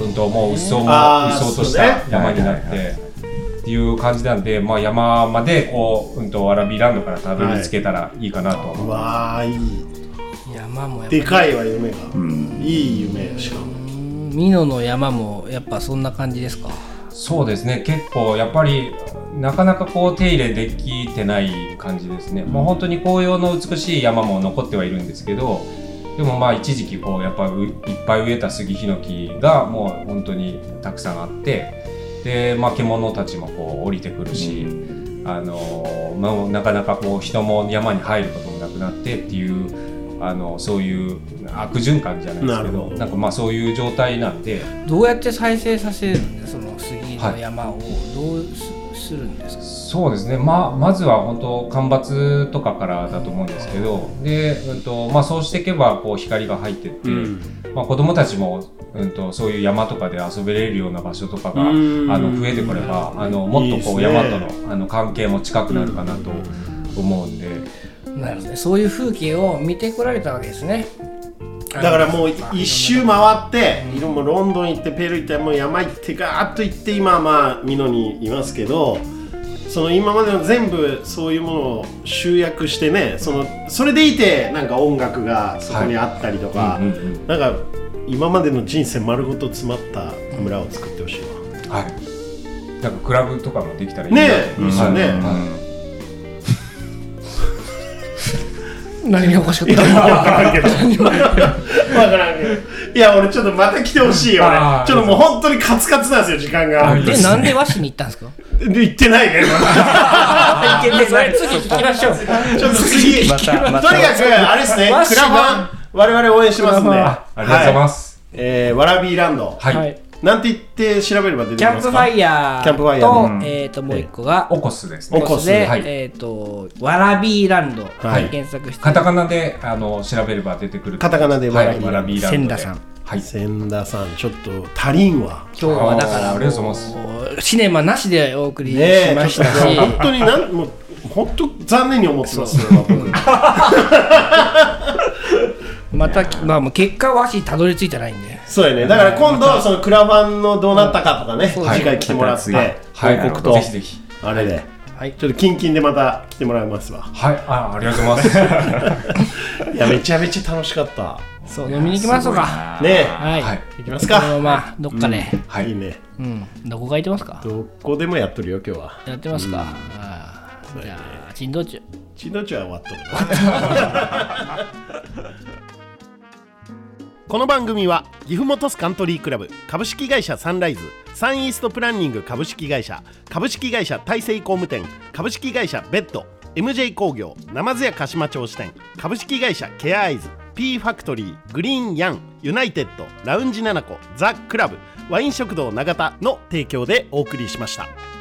Speaker 5: うんともううっそうもう
Speaker 1: あー
Speaker 5: っそうとし
Speaker 1: そうね
Speaker 5: た山になってっていう感じなんで、まあ、山までこう、うん、とわらびランドからたどり着けたらいいかなと、
Speaker 1: うわーいい
Speaker 2: 山もやっぱ
Speaker 1: でかいわ夢が、いい夢しかも
Speaker 2: 美濃の山もやっぱそんな感じですか
Speaker 5: そうですね結構やっぱりなかなかこう手入れできてない感じですね、もう本当に紅葉の美しい山も残ってはいるんですけどでもまあ一時期こうやっぱういっぱい植えた杉ヒノキがもう本当にたくさんあってで、まあ、獣たちもこう降りてくるし、あのまあ、なかなかこう人も山に入ることもなくなってっていうあのそういう悪循環じゃないです
Speaker 1: な
Speaker 5: け
Speaker 1: る
Speaker 5: ど
Speaker 1: ほど
Speaker 5: なんかまあそういう状態なんで。
Speaker 2: どうやって再生させるんですかその杉の山をどうすするんですか、
Speaker 5: そうですね、まあ、まずは本当干ばつとかからだと思うんですけどで、うんとまあ、そうしていけばこう光が入ってって、まあ、子どもたちも、うん、とそういう山とかで遊べれるような場所とかがあ
Speaker 1: うん
Speaker 5: の増えてくればあのもっとこう
Speaker 1: いいですね
Speaker 5: 山とのあの関係も近くなるかなと思うんで。
Speaker 2: なるほどねそういう風景を見てこられたわけですね
Speaker 1: だからもう一周回って、いろんなロンドン行ってペルー行ってもう山行ってガーッと行って今はまあ美濃にいますけどその今までの全部そういうものを集約してねそのそれでいてなんか音楽がそこにあったりとか、
Speaker 5: うんうんうん
Speaker 1: なんか今までの人生丸ごと詰まった村を作ってほしいわ、
Speaker 5: はいなんかクラブとかもできたらいい
Speaker 1: ね
Speaker 5: な
Speaker 1: えいいっすよね
Speaker 5: はいはい
Speaker 2: 何がおかしかった
Speaker 1: 分からんけど分からんけどいや俺ちょっとまた来てほしいよ
Speaker 5: あ
Speaker 1: ね
Speaker 5: ー
Speaker 1: ちょっともう本当にカツカツなんですよ時間が
Speaker 2: で、なんで和紙に行ったんですか
Speaker 1: で行ってないね
Speaker 2: いけてない次聞きましょう
Speaker 1: ちょっと次、
Speaker 6: またまた
Speaker 1: とにかく、あれですね、
Speaker 2: わっ
Speaker 1: ク
Speaker 2: し
Speaker 1: ラ
Speaker 2: が
Speaker 1: ファン、我々応援してますんで、
Speaker 5: ありがとうござい
Speaker 1: は
Speaker 5: ま
Speaker 1: い。
Speaker 5: す、
Speaker 1: えー、わらびーランド。
Speaker 5: はい、
Speaker 1: なんて言って調べれば出てき
Speaker 2: キャ
Speaker 1: ま
Speaker 2: ン
Speaker 1: す
Speaker 2: プ
Speaker 1: か
Speaker 2: ファイヤーと
Speaker 1: キャンプファイヤー
Speaker 2: えっ、ともう一個が
Speaker 5: オコスです
Speaker 1: オ
Speaker 5: ね
Speaker 1: コス
Speaker 2: で、
Speaker 5: はい
Speaker 2: えっ、とわらびーランド、
Speaker 1: はい
Speaker 2: 検索して
Speaker 5: カタカナであの調べれば出てくる
Speaker 1: カタカナで
Speaker 5: は
Speaker 1: わら
Speaker 5: い
Speaker 1: び
Speaker 5: わらびランドで
Speaker 2: 千田さん
Speaker 5: はい
Speaker 1: 千田さん、ちょっと足りんわ。
Speaker 2: 今日はだから
Speaker 5: あーありがとうございます
Speaker 2: もうシネマなしでお送りし
Speaker 1: ねえ、
Speaker 2: ま
Speaker 1: ち
Speaker 2: し
Speaker 1: ょ
Speaker 2: た
Speaker 1: っと
Speaker 2: し、
Speaker 1: 本当になん、もう、本当残念に思ってます、それは僕。
Speaker 2: またきまあもう結果和紙たどり着いてないんで
Speaker 1: そうやね。だから今度、そのクラファンのどうなったかとかね、次回来てもらって、
Speaker 5: はい
Speaker 1: 報告と
Speaker 5: ぜ、ひぜひ
Speaker 1: あれで、
Speaker 2: はい
Speaker 1: ちょっとキンキンでまた来てもらいますわ。
Speaker 5: はいあありがとうございます
Speaker 1: いや、めちゃめちゃ楽しかった。
Speaker 2: そう飲みに行きましょうか
Speaker 1: ね
Speaker 2: はい、
Speaker 5: はい
Speaker 1: え、行きま
Speaker 2: ますすかこ
Speaker 1: か。
Speaker 2: のままどっかで、
Speaker 5: はい
Speaker 1: い
Speaker 5: い
Speaker 1: ね。
Speaker 2: うんどこがいてますか
Speaker 1: どこでもやっとるよ、今日は。
Speaker 2: やってますか、あーじゃあ珍道中
Speaker 1: ちのちは終わっとる この番組は岐阜本スカントリークラブ株式会社サンライズサンイーストプランニング株式会社株式会社大成工務店株式会社ベッド MJ 工業ナ津屋鹿島町支店株式会社ケアアイズ P ファクトリーグリーンヤンユナイテッドラウンジナナコザ・クラブワイン食堂永田の提供でお送りしました。